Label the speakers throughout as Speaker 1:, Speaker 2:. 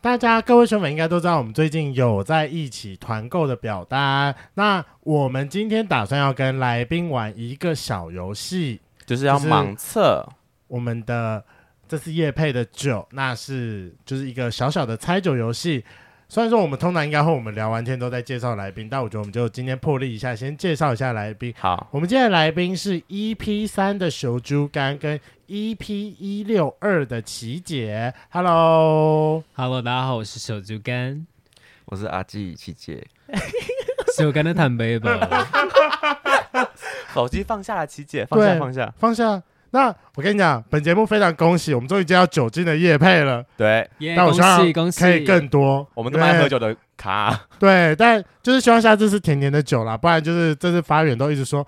Speaker 1: 大家各位学粉应该都知道，我们最近有在一起团购的表单。那我们今天打算要跟来宾玩一个小游戏，
Speaker 2: 就是要
Speaker 1: 就是
Speaker 2: 盲测，
Speaker 1: 我们的这次夜配的酒，那是就是一个小小的猜酒游戏。虽然说我们通常应该会我们聊完天都在介绍来宾，但我觉得我们就今天破例一下，先介绍一下来宾。
Speaker 2: 好，
Speaker 1: 我们今天的来宾是 EP 三的熊猪肝跟 EP 一六二的琪姐，Hello，
Speaker 3: Hello，大家好，我是小猪干，
Speaker 4: 我是阿纪琪姐，
Speaker 3: 小干的坦 白吧。
Speaker 2: 手机放下来，琪姐放下
Speaker 1: 对
Speaker 2: 放下，
Speaker 1: 放下。那我跟你讲，本节目非常恭喜，我们终于接到酒精的夜配了，
Speaker 2: 对
Speaker 3: 耶
Speaker 1: 但我
Speaker 3: 恭
Speaker 1: 希望
Speaker 3: 喜恭喜！
Speaker 1: 可以更多。
Speaker 2: 我们这么爱
Speaker 1: 因为
Speaker 2: 喝酒的卡，
Speaker 1: 对，但就是希望下次是甜甜的酒啦，不然就是这次发源都一直说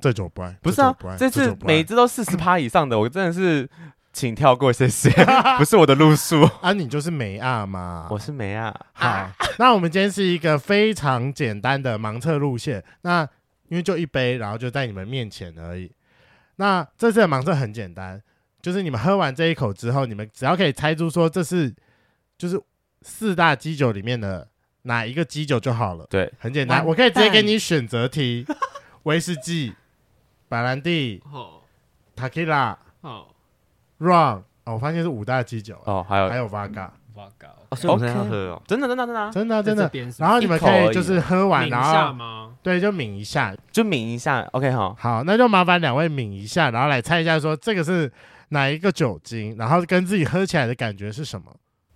Speaker 1: 这酒不爱，
Speaker 2: 不是啊
Speaker 1: 酒不爱，
Speaker 2: 这
Speaker 1: 酒
Speaker 2: 次
Speaker 1: 不爱
Speaker 2: 每一支都四十趴以上的，我真的是请跳过，谢谢，不是我的路数，
Speaker 1: 啊，你就是没啊嘛。
Speaker 2: 我是梅啊，
Speaker 1: 好， 那我们今天是一个非常简单的盲测路线。那因为就一杯，然后就在你们面前而已。那这次的盲测很简单，就是你们喝完这一口之后，你们只要可以猜出说这是就是四大基酒里面的哪一个基酒就好了。
Speaker 2: 对，
Speaker 1: 很简单，
Speaker 2: 完
Speaker 1: 我可以直接
Speaker 2: 蛋
Speaker 1: 给你选择题：威士忌、白兰地、
Speaker 3: 好
Speaker 1: Tequila、
Speaker 3: 好，
Speaker 1: Rum。哦，我发现是五大基酒，
Speaker 2: 哦，还有
Speaker 1: 还有 Vaga，
Speaker 3: 报告。
Speaker 4: 哦，所以我们现在
Speaker 2: OK
Speaker 4: 要喝哦，
Speaker 2: 真的真的真的啊，
Speaker 1: 真的啊真
Speaker 3: 在
Speaker 1: 的
Speaker 3: 这。边是
Speaker 1: 然后你们可啊
Speaker 2: 一口而
Speaker 1: 以
Speaker 2: 已
Speaker 1: 就是喝完，
Speaker 3: 抿
Speaker 1: 然
Speaker 3: 下
Speaker 1: 后
Speaker 3: 吗？
Speaker 1: 对，就抿一下。
Speaker 2: 就抿一下，OK 好，
Speaker 1: 好，那就麻烦两位抿一下，然后来猜一下说这个是哪一个酒精，然后跟自己喝起来的感觉是什么？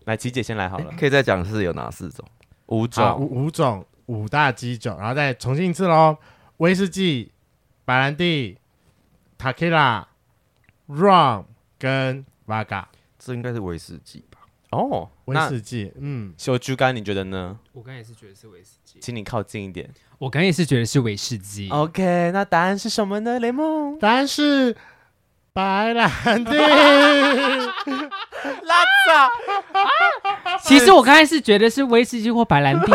Speaker 2: 来琪姐先来好了，
Speaker 4: 可以再讲是有哪四种？
Speaker 2: 五
Speaker 1: 好，
Speaker 2: 种，
Speaker 1: 五五种五大基酒，然后再重新一次喽：威士忌、白兰地、塔 q 拉、rum 跟 vaga。
Speaker 4: 这应该是威士忌吧？
Speaker 2: 哦，
Speaker 1: 威
Speaker 2: 那
Speaker 1: 士忌，嗯，
Speaker 2: 小猪肝你觉得呢？
Speaker 3: 我刚也是觉得是威士忌，
Speaker 2: 请你靠近一点。
Speaker 3: 我刚也是觉得是威士忌。
Speaker 1: 哦
Speaker 2: OK，那答案是什么呢？雷梦，
Speaker 1: 答案是白兰地。
Speaker 2: 拉萨。
Speaker 3: 其实我刚才是觉得是威士忌或白兰 地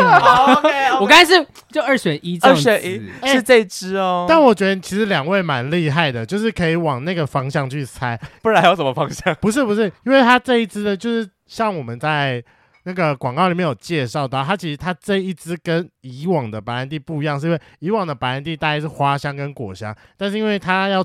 Speaker 3: 啦。
Speaker 2: OK，
Speaker 3: 我刚才是就二选一这
Speaker 2: 二
Speaker 3: 样子。
Speaker 2: 选一是这支哦，
Speaker 1: 但我觉得其实两位蛮厉害的，就是可以往那个方向去猜。
Speaker 2: 不然还有什么方向？
Speaker 1: 不是不是，因为它这一支的，就是像我们在那个广告里面有介绍到，它其实它这一支跟以往的白兰地不一样，是因为以往的白兰地大概是花香跟果香，但是因为它要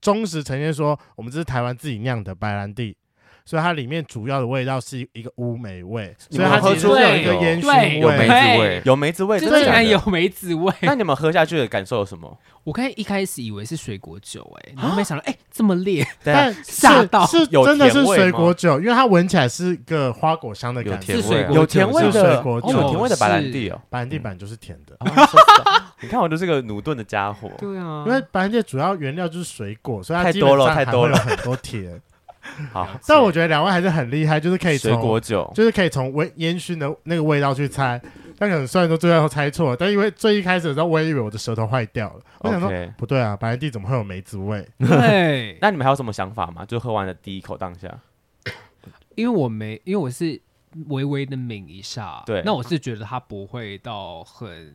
Speaker 1: 忠实呈现说我们这是台湾自己酿的白兰地。所以它里面主要的味道是一个乌梅味，
Speaker 2: 你
Speaker 1: 所以
Speaker 2: 们
Speaker 1: 它
Speaker 2: 喝
Speaker 1: 其实
Speaker 2: 出
Speaker 1: 是有哎
Speaker 2: 来
Speaker 1: 一个
Speaker 4: 有
Speaker 1: 烟
Speaker 3: 对
Speaker 1: 熏
Speaker 4: 有梅
Speaker 1: 味
Speaker 3: 对。
Speaker 4: 子味，
Speaker 2: 有梅子味，
Speaker 3: 这
Speaker 2: 真
Speaker 3: 竟
Speaker 2: 的假
Speaker 3: 然有
Speaker 2: 的？
Speaker 3: 梅子味！
Speaker 2: 那你们喝下去的感受有什么？
Speaker 3: 我刚才一开始以为是水果酒，哎，然后没想到哎这么烈，
Speaker 2: 对啊
Speaker 1: 但，是
Speaker 3: 吓到
Speaker 1: 是
Speaker 2: 有
Speaker 1: 真的是
Speaker 2: 甜味
Speaker 1: 水
Speaker 2: 吗
Speaker 1: 果酒，因为它闻起来是个花果香的
Speaker 4: 有
Speaker 1: 感觉
Speaker 4: 甜。
Speaker 3: 是水
Speaker 4: 味啊
Speaker 3: 果
Speaker 2: 有
Speaker 3: 酒
Speaker 2: 甜味
Speaker 3: 是
Speaker 1: 水
Speaker 2: 的，
Speaker 1: 果
Speaker 2: 哦
Speaker 1: 酒
Speaker 2: 有甜味的白兰地哦。
Speaker 1: 白兰地版就是甜的，
Speaker 2: 哦我知道你看，我就是个努顿的家伙。
Speaker 3: 对啊，
Speaker 1: 因为 白兰地的主要原料就是水果，所以它
Speaker 2: 太
Speaker 1: 基本上
Speaker 2: 多了太多了
Speaker 1: 还会有很多甜。
Speaker 2: 好，
Speaker 1: 但我觉得两位还是很厉害，就是可以
Speaker 2: 水
Speaker 1: 从
Speaker 2: 果酒，
Speaker 1: 就是可以从味烟熏的那个味道去猜。但可能虽然说最后猜错了，但因为最一开始的时候，我也以为我的舌头坏掉了，我想说
Speaker 2: OK
Speaker 1: 不对啊，白兰地怎么会有梅子味？
Speaker 3: 对，
Speaker 2: 那你们还有什么想法吗？就喝完的第一口当下，
Speaker 3: 因为我没，因为我是微微的抿一下，
Speaker 2: 对
Speaker 3: 那我是觉得它不会到很，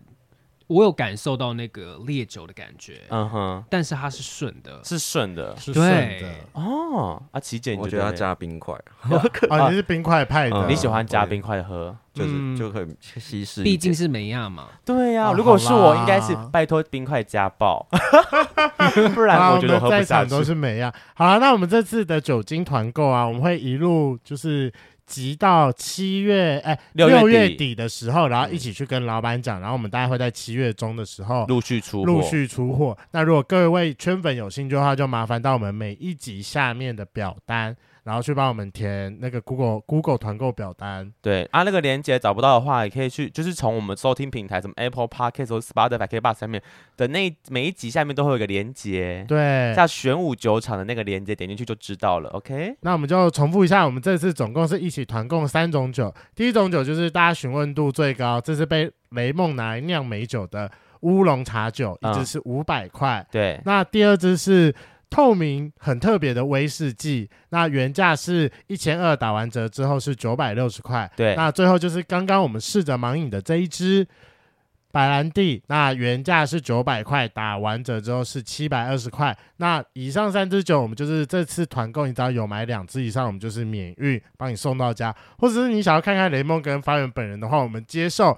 Speaker 3: 我有感受到那个烈酒的感觉，
Speaker 2: 嗯哼，
Speaker 3: 但是它是顺的，
Speaker 2: 是顺的
Speaker 1: 是
Speaker 3: 对
Speaker 1: 顺的
Speaker 2: 哦。啊，琪姐，你
Speaker 4: 我觉
Speaker 2: 觉
Speaker 4: 得要
Speaker 2: 呢
Speaker 4: 加冰块，
Speaker 1: 哦，你是冰块派的，
Speaker 4: 嗯
Speaker 2: 你喜欢加冰块喝？
Speaker 4: 就是
Speaker 1: 嗯
Speaker 4: 就很稀释一点。
Speaker 3: 毕竟是梅亚嘛。
Speaker 2: 对呀、
Speaker 1: 哦
Speaker 2: 如果是我，
Speaker 1: 好啦
Speaker 2: 应该是拜托冰块加爆， 不然
Speaker 1: 啊，
Speaker 2: 我觉得我
Speaker 1: 们
Speaker 2: 喝不
Speaker 1: 在
Speaker 2: 下
Speaker 1: 场都
Speaker 2: 去。
Speaker 1: 是美啊。好了，那我们这次的酒精团购啊，我们会一路就是集到七月哎
Speaker 2: 六月底
Speaker 1: 月底的时候，然后一起去跟老板讲，然后我们大概会在七月中的时候。
Speaker 2: 陆续出货
Speaker 1: 陆续出货。那如果各位圈粉有兴趣的话，就麻烦到我们每一集下面的表单，然后去帮我们填那个 Google Google 团购表单。
Speaker 2: 对啊，那个链接找不到的话，也可以去，就是从我们收听平台，什么 Apple Podcast 或 Spotify、K b o x 上面的那一每一集下面都会有一个链接，
Speaker 1: 对，
Speaker 2: 像玄武酒厂的那个链接，点进去就知道了。OK，
Speaker 1: 那我们就重复一下，我们这次总共是一起团购三种酒。第一种酒就是大家询问度最高，这是被雷梦拿来酿美酒的乌龙茶酒，一
Speaker 2: 嗯
Speaker 1: 支是五百块。
Speaker 2: 对，
Speaker 1: 那第二支是透明很特别的威士忌，那原价是一千二，打完折之后是九百六十块。
Speaker 2: 对
Speaker 1: 那最后就是刚刚我们试着盲饮的这一支白兰地，那原价是九百块，打完折之后是七百二十块。那以上三支酒，我们就是这次团购，你只要有买两支以上，我们就是免运帮你送到家，或者是你想要看看雷梦跟发源本人的话，我们接受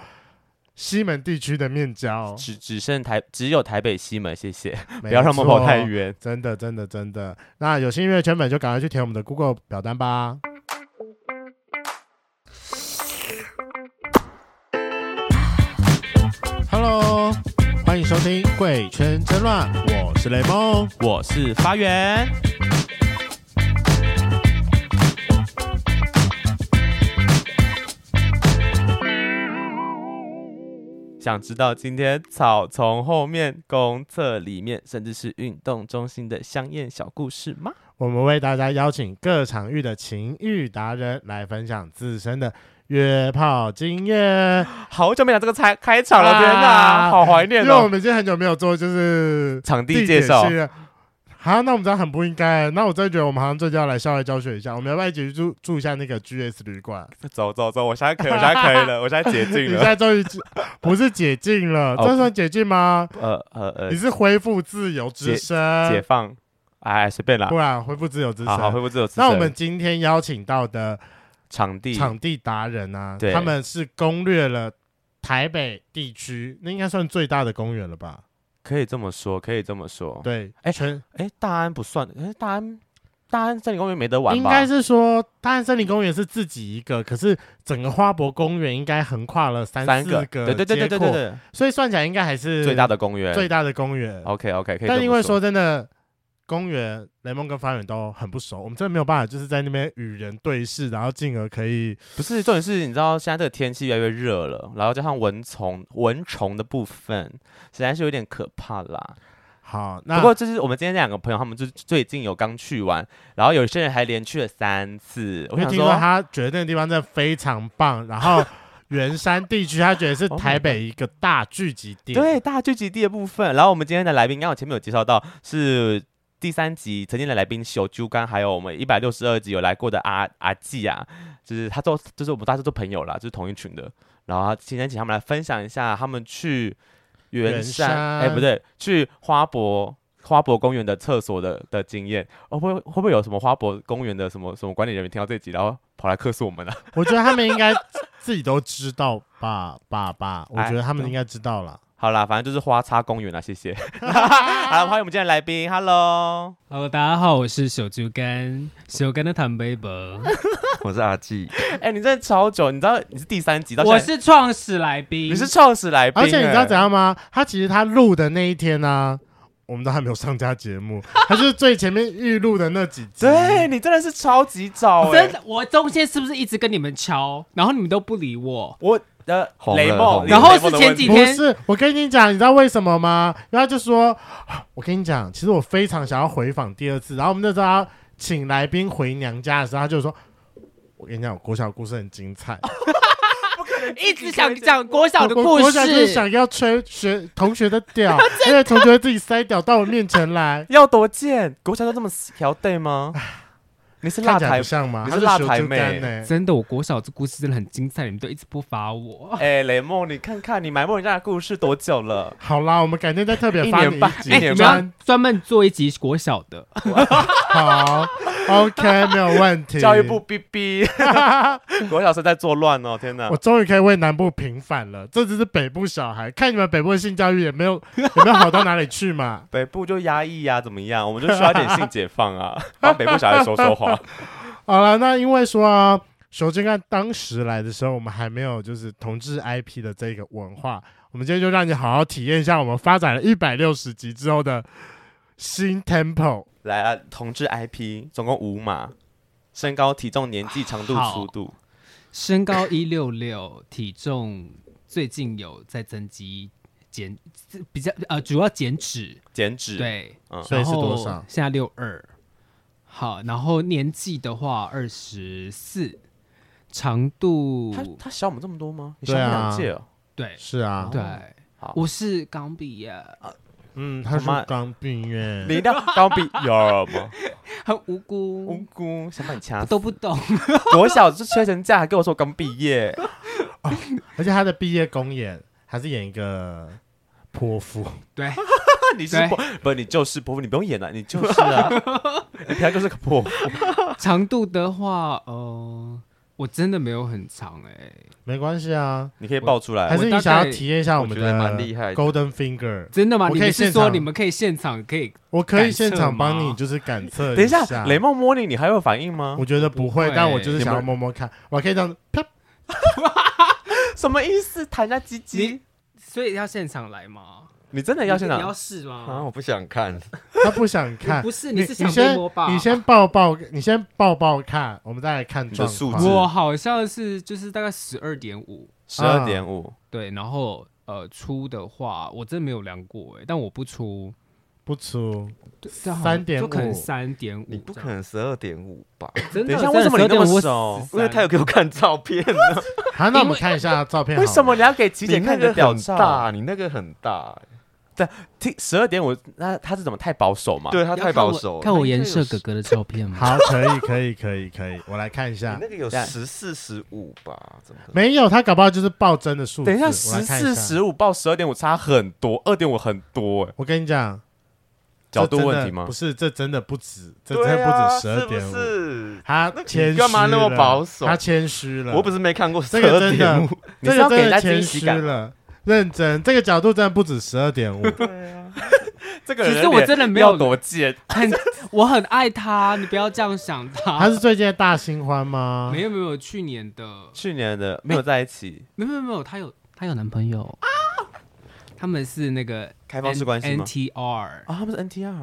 Speaker 1: 西门地区的面交，
Speaker 2: 只只剩台只有台北西门，谢谢，
Speaker 1: 不
Speaker 2: 不要让梦跑太。远。
Speaker 1: 真的，真的，真的。那有兴趣的圈粉就赶快去填我们的 Google 表单吧。Hello，欢迎收听《贵圈争乱》，我是雷梦。
Speaker 2: 我是发源，想知道今天草丛后面、公厕里面，甚至是运动中心的香艳小故事吗？
Speaker 1: 我们为大家邀请各场域的情欲达人来分享自身的约炮经验，
Speaker 2: 好久没讲这个开开场了，
Speaker 1: 啊
Speaker 2: 天哪，好怀念
Speaker 1: 因为我
Speaker 2: 哦！
Speaker 1: 们已经很久没有做就是
Speaker 2: 场地介绍
Speaker 1: 地，点系列。好，那我们这样很不应该。那我真的觉得我们好像最近要来校外教学一下，我们要不要一起去住住一下那个 GS 旅馆？
Speaker 2: 走走走，我现 在可以，我现在可以了，我现在
Speaker 1: 你
Speaker 2: 解禁
Speaker 1: 现
Speaker 2: 了。
Speaker 1: 在终于知不是解禁了，
Speaker 2: 哦
Speaker 1: 这算解禁吗？
Speaker 2: 呃呃呃
Speaker 1: 你，是恢复自由之
Speaker 2: 解
Speaker 1: 身，
Speaker 2: 放，哎，随便啦
Speaker 1: 不。然恢复自由之
Speaker 2: 好好，
Speaker 1: 身。
Speaker 2: 恢复自由自身。
Speaker 1: 啊那我们今天邀请到的
Speaker 2: 场地
Speaker 1: 场地达人啊
Speaker 2: 对，
Speaker 1: 他们是攻略了台北地区，那应该算最大的公园了吧？
Speaker 2: 可以这么说，可以这么说。
Speaker 1: 对，
Speaker 2: 哎
Speaker 1: 全
Speaker 2: 哎、大安不算，哎、大安大安森林公园没得玩吧？
Speaker 1: 应该是说，大安森林公园是自己一个，可是整个花博公园应该横跨了三
Speaker 2: 三
Speaker 1: 四
Speaker 2: 个，对对对对
Speaker 1: 街
Speaker 2: 对
Speaker 1: 廓
Speaker 2: 对对，
Speaker 1: 所以算起来应该还是
Speaker 2: 最大的公园。
Speaker 1: 最大的公园。
Speaker 2: OK OK，可以这么。
Speaker 1: 但因为说真的，公园雷蒙跟发源都很不熟，我们真的没有办法就是在那边与人对视，然后进而可以
Speaker 2: 不是重点是，你知道现在这个天气越来越热了，然后加上蚊虫蚊虫的部分，实在是有点可怕啦。
Speaker 1: 好。那
Speaker 2: 不过就是我们今天两个朋友，他们就是最近有刚去完，然后有些人还连去了三次。我
Speaker 1: 因为
Speaker 2: 想
Speaker 1: 听说
Speaker 2: 说，
Speaker 1: 他觉得那个地方真的非常棒，然后 圆山地区他觉得是
Speaker 2: Oh my
Speaker 1: 台北一个大聚集点。
Speaker 2: 对，大聚集地的部分。然后我们今天的来宾，刚刚我前面有介绍到是第三集曾经的来宾小猪干，还有我们一百六十二集有来过的阿阿季啊，就是他做，就是我们大家都朋友啦，就是同一群的。然后他今天请他们来分享一下他们去圆
Speaker 1: 圆
Speaker 2: 山，
Speaker 1: 山
Speaker 2: 哎、不对，去花博。花博公园的厕所的的经验，哦，会会不会有什么花博公园的什么什么管理人员听到这集，然后跑来客诉我们啊呢、
Speaker 1: 我觉得他们应该自己都知道吧，爸爸，我
Speaker 2: 哎
Speaker 1: 觉得他们应该知道了。
Speaker 2: 好啦，反正就是花叉公园啊啦，谢谢。 好了，欢迎我们今天的来宾，Hello。
Speaker 3: Hello，大家好，我是小猪干，小干的谭贝伯，
Speaker 4: 我是阿纪，
Speaker 2: 哎、你真的超久，你知道你是第三集到现
Speaker 3: 我
Speaker 2: 在，
Speaker 3: 是创始来宾，
Speaker 2: 你是创始来宾、
Speaker 1: 而且你知道
Speaker 2: 哎
Speaker 1: 怎？样吗？他其实他录的那一天呢、我们都还没有上架节目，他就是最前面预录的那几集。
Speaker 2: 对你真的是超级早、哎
Speaker 3: 真的，我中间是不是一直跟你们敲，然后你们都不理我？
Speaker 2: 我的
Speaker 4: 红了
Speaker 2: 雷
Speaker 4: 红
Speaker 2: 梦，
Speaker 4: 了
Speaker 2: 你有
Speaker 3: 然后
Speaker 2: 雷梦
Speaker 3: 是
Speaker 2: 的
Speaker 3: 前
Speaker 2: 问
Speaker 3: 几
Speaker 2: 题
Speaker 1: 不
Speaker 3: 天，
Speaker 1: 是，我跟你讲，你知道为什么吗？然后他就说，啊我跟你讲，其实我非常想要回访第二次。然后我们那时候要请来宾回娘家的时候，他就说，我跟你讲，我国小的故事很精彩，
Speaker 3: 一直想讲国小的
Speaker 1: 我
Speaker 3: 故
Speaker 1: 我国小就是
Speaker 3: 事，
Speaker 1: 想要吹学同学的屌，
Speaker 2: ，
Speaker 1: 因为同学自己塞屌到我面前来
Speaker 2: 要多贱，国小都这么条对吗？你 是
Speaker 1: 看
Speaker 2: 辣
Speaker 1: 起来
Speaker 2: 台
Speaker 1: 不像吗？
Speaker 2: 你
Speaker 1: 他
Speaker 2: 是
Speaker 1: 是
Speaker 2: 辣
Speaker 1: 小
Speaker 2: 台
Speaker 1: 猪
Speaker 2: 妹
Speaker 1: 肝呢。
Speaker 3: 真的，我国小这故事真的很精彩，你们都一直不发我。
Speaker 2: 哎、雷梦，你看看你埋没人家的故事多久了？
Speaker 1: 好啦，我们改天再特别
Speaker 2: 一
Speaker 1: 发
Speaker 2: 年
Speaker 1: 你
Speaker 2: 半
Speaker 1: 集
Speaker 2: 一
Speaker 3: 哎，
Speaker 2: 年
Speaker 3: 你们
Speaker 2: 半
Speaker 3: 要专门做一集国小的，
Speaker 1: 好，OK，没有问题。
Speaker 2: 教育部，逼 逼，国小生在作乱哦！天哪
Speaker 1: 我，终于可以为南部平反了。这只是北部小孩，看你们北部的性教育也没有也没有好到哪里去嘛。
Speaker 2: 北部就压抑呀、怎么样？我们就需要一点性解放啊，帮北部小孩说说话。
Speaker 1: 好了，那因为说啊，首先看当时来的时候，我们还没有就是同志 IP 的这个文化，我们今天就让你好好体验一下我们发展了一百六十集之后的新 tempo。
Speaker 2: 来啊，同志 IP 总共五码，身高、体重、年纪、长度、
Speaker 3: 好
Speaker 2: 粗度。
Speaker 3: 身高一六六，体重最近有在增肌减，比较呃主要减脂，
Speaker 2: 减脂，，
Speaker 3: 对，
Speaker 2: 嗯，
Speaker 1: 所以是
Speaker 3: 然后
Speaker 1: 多少
Speaker 3: 现在六二，好，然后年纪的话二十四，长度
Speaker 2: 他他小我们这么多吗？你小
Speaker 1: 对
Speaker 2: 我们
Speaker 1: 啊
Speaker 2: 两届哦，
Speaker 3: 对
Speaker 1: 是啊，
Speaker 3: 对
Speaker 2: 好，
Speaker 3: 我是刚毕业，呃
Speaker 1: 嗯，他
Speaker 2: 我妈
Speaker 1: 说刚毕业，
Speaker 2: 你一定要高比有吗？
Speaker 3: 很无
Speaker 2: 无
Speaker 3: 辜，
Speaker 2: 辜想把你掐死，
Speaker 3: 都不懂，
Speaker 2: 国小就缺成这样，还跟我说我刚毕业，
Speaker 1: 而且他的毕业公演他是演一个泼妇，
Speaker 3: 对，
Speaker 2: 你是
Speaker 3: 对
Speaker 2: 泼，不，你就是泼妇，你不用演了，你就是 啊，你平常就是个泼妇。
Speaker 3: 长度的话，呃，我真的没有很长哎、
Speaker 1: 没关系啊，
Speaker 2: 你可以爆出来
Speaker 1: 还，是你
Speaker 3: 大
Speaker 1: 想要
Speaker 3: 概
Speaker 1: 体验一下
Speaker 4: 我
Speaker 1: 们
Speaker 4: 觉得蛮
Speaker 1: 的
Speaker 4: 厉害的
Speaker 1: Golden Finger？
Speaker 3: 真的吗？
Speaker 1: 我
Speaker 3: 你
Speaker 1: 可以
Speaker 3: 们是
Speaker 1: 现
Speaker 3: 说
Speaker 1: 场
Speaker 3: 你们可以现场可以？
Speaker 1: 我可以
Speaker 3: 感
Speaker 1: 现
Speaker 3: 测
Speaker 1: 场帮
Speaker 3: 吗
Speaker 1: 你，就是感测。
Speaker 2: 等一
Speaker 1: 下
Speaker 2: 下，，雷梦摸你，你还会有反应吗？
Speaker 1: 我觉得不
Speaker 3: 不
Speaker 1: 会，
Speaker 3: 会
Speaker 1: 但我就是
Speaker 2: 你
Speaker 1: 想要
Speaker 2: 们
Speaker 1: 摸摸看，我可以这样子啪。
Speaker 2: 什么意思？弹一下鸡鸡
Speaker 3: 你？所以要现场来吗？
Speaker 2: 你真的要现
Speaker 3: 你要
Speaker 2: 场？
Speaker 3: 试
Speaker 4: 啊，
Speaker 3: 吗？
Speaker 4: 我不想看，
Speaker 1: 他不想看，
Speaker 3: 不是，
Speaker 1: 你
Speaker 3: 是想被
Speaker 1: 先
Speaker 3: 摸吧？
Speaker 1: 你先抱抱，你先抱抱看，我们再来看
Speaker 2: 你的
Speaker 1: 状
Speaker 2: 素
Speaker 1: 况。
Speaker 2: 质
Speaker 3: 我好像是就是大概十二点五，
Speaker 2: 十二点五，
Speaker 3: 对，然后呃出的话，我真的没有量过哎、但我不出
Speaker 1: 不出，
Speaker 3: 对
Speaker 1: 3.5
Speaker 3: 就可能三点五，
Speaker 4: 你不可能十二点五吧？
Speaker 3: 真的。
Speaker 2: 等一下为什么你那么熟
Speaker 4: 因为他有给我看照片呢，
Speaker 1: 好，那我们看一下照片好了。
Speaker 2: 为什么你要给琪姐
Speaker 4: 你那
Speaker 2: 看你的
Speaker 4: 个
Speaker 2: 屌
Speaker 4: 很
Speaker 2: 照？
Speaker 4: 大，你那个很大欸，
Speaker 2: 听十二点五，那他是怎么太保守嘛？
Speaker 4: 啊对他
Speaker 3: 要
Speaker 4: 太
Speaker 3: 看
Speaker 4: 保
Speaker 3: 我
Speaker 4: 守
Speaker 3: 看
Speaker 4: 了。
Speaker 3: 我颜色哥哥的照片吗？
Speaker 1: 好，可以，可以，可以，可以，我来看一
Speaker 4: 你
Speaker 1: 下。
Speaker 4: 那个有
Speaker 2: 对啊
Speaker 4: 十四十五吧？怎么可能？
Speaker 1: 没有，他搞不好就是暴增的数字。
Speaker 2: 等一下，
Speaker 1: 我
Speaker 2: 十
Speaker 1: 来看
Speaker 2: 四
Speaker 1: 一下
Speaker 2: 十五报十二点五差很多，二点五很多哎，
Speaker 1: 我跟你讲，
Speaker 2: 角度
Speaker 1: 这真的
Speaker 2: 问题吗
Speaker 1: 不？是，这真的不止，这真
Speaker 4: 对
Speaker 1: 的不
Speaker 4: 啊，
Speaker 1: 止十
Speaker 4: 是
Speaker 1: 二
Speaker 4: 不
Speaker 1: 点五。
Speaker 4: 是？
Speaker 1: 他
Speaker 4: 那你
Speaker 1: 谦虚
Speaker 4: 干嘛那么
Speaker 1: 了
Speaker 4: 保守
Speaker 1: 他谦虚了。
Speaker 4: 我不是没看过十
Speaker 1: 这个
Speaker 4: 二
Speaker 1: 真
Speaker 4: 点
Speaker 1: 的
Speaker 4: 五，，
Speaker 2: 你是
Speaker 1: 这
Speaker 2: 要
Speaker 1: 个真
Speaker 2: 给人
Speaker 1: 的
Speaker 2: 家
Speaker 1: 谦
Speaker 2: 惊
Speaker 1: 虚
Speaker 2: 喜感吗
Speaker 1: 了。认真，这个角度真的不止十二 点五。
Speaker 2: 这个
Speaker 3: 其
Speaker 2: 人
Speaker 3: 实我
Speaker 2: 脸
Speaker 3: 真的没
Speaker 2: 要
Speaker 3: 有
Speaker 2: 多贱，
Speaker 3: 很，我很爱他，你不要这样想他。
Speaker 1: 他是最近的大新欢
Speaker 2: 啊
Speaker 1: 吗？
Speaker 3: 没有没有，去年的
Speaker 2: 去年的没有在一起，
Speaker 3: 没有没有没有，他有他有男朋友
Speaker 1: 啊
Speaker 3: 他们是那个
Speaker 2: 开放式关系吗
Speaker 3: n t r
Speaker 2: 啊，他们是 NTR，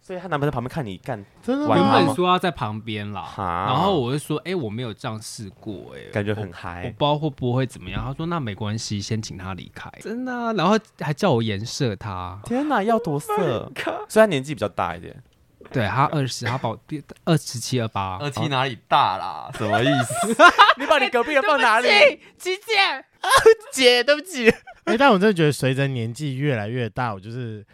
Speaker 2: 所以她男朋友在旁边看你干，
Speaker 1: 真的
Speaker 2: 玩
Speaker 3: 原
Speaker 2: 他
Speaker 1: 吗
Speaker 2: 吗
Speaker 3: 本？说要在旁边啦，
Speaker 2: 哈
Speaker 3: 然后我就说，哎、我没有这样试过、哎，
Speaker 1: 哦
Speaker 2: 感觉很
Speaker 3: 我我不
Speaker 2: 嗨
Speaker 3: 知。道会不会怎么样。他说那没关系，先请他离开。真的啊、然后还叫我颜射他，
Speaker 1: 哦
Speaker 2: 天哪，要多色！虽然年纪比较大一点，
Speaker 3: 对他二十，他把我二十七二八，哦
Speaker 4: 二七哪里大啦？什么意思？
Speaker 2: 你把你隔壁人放 哪里？
Speaker 3: 琪姐，
Speaker 2: 姐，对不起，
Speaker 1: 哎、但我真的觉得随着年纪越来越大，我就是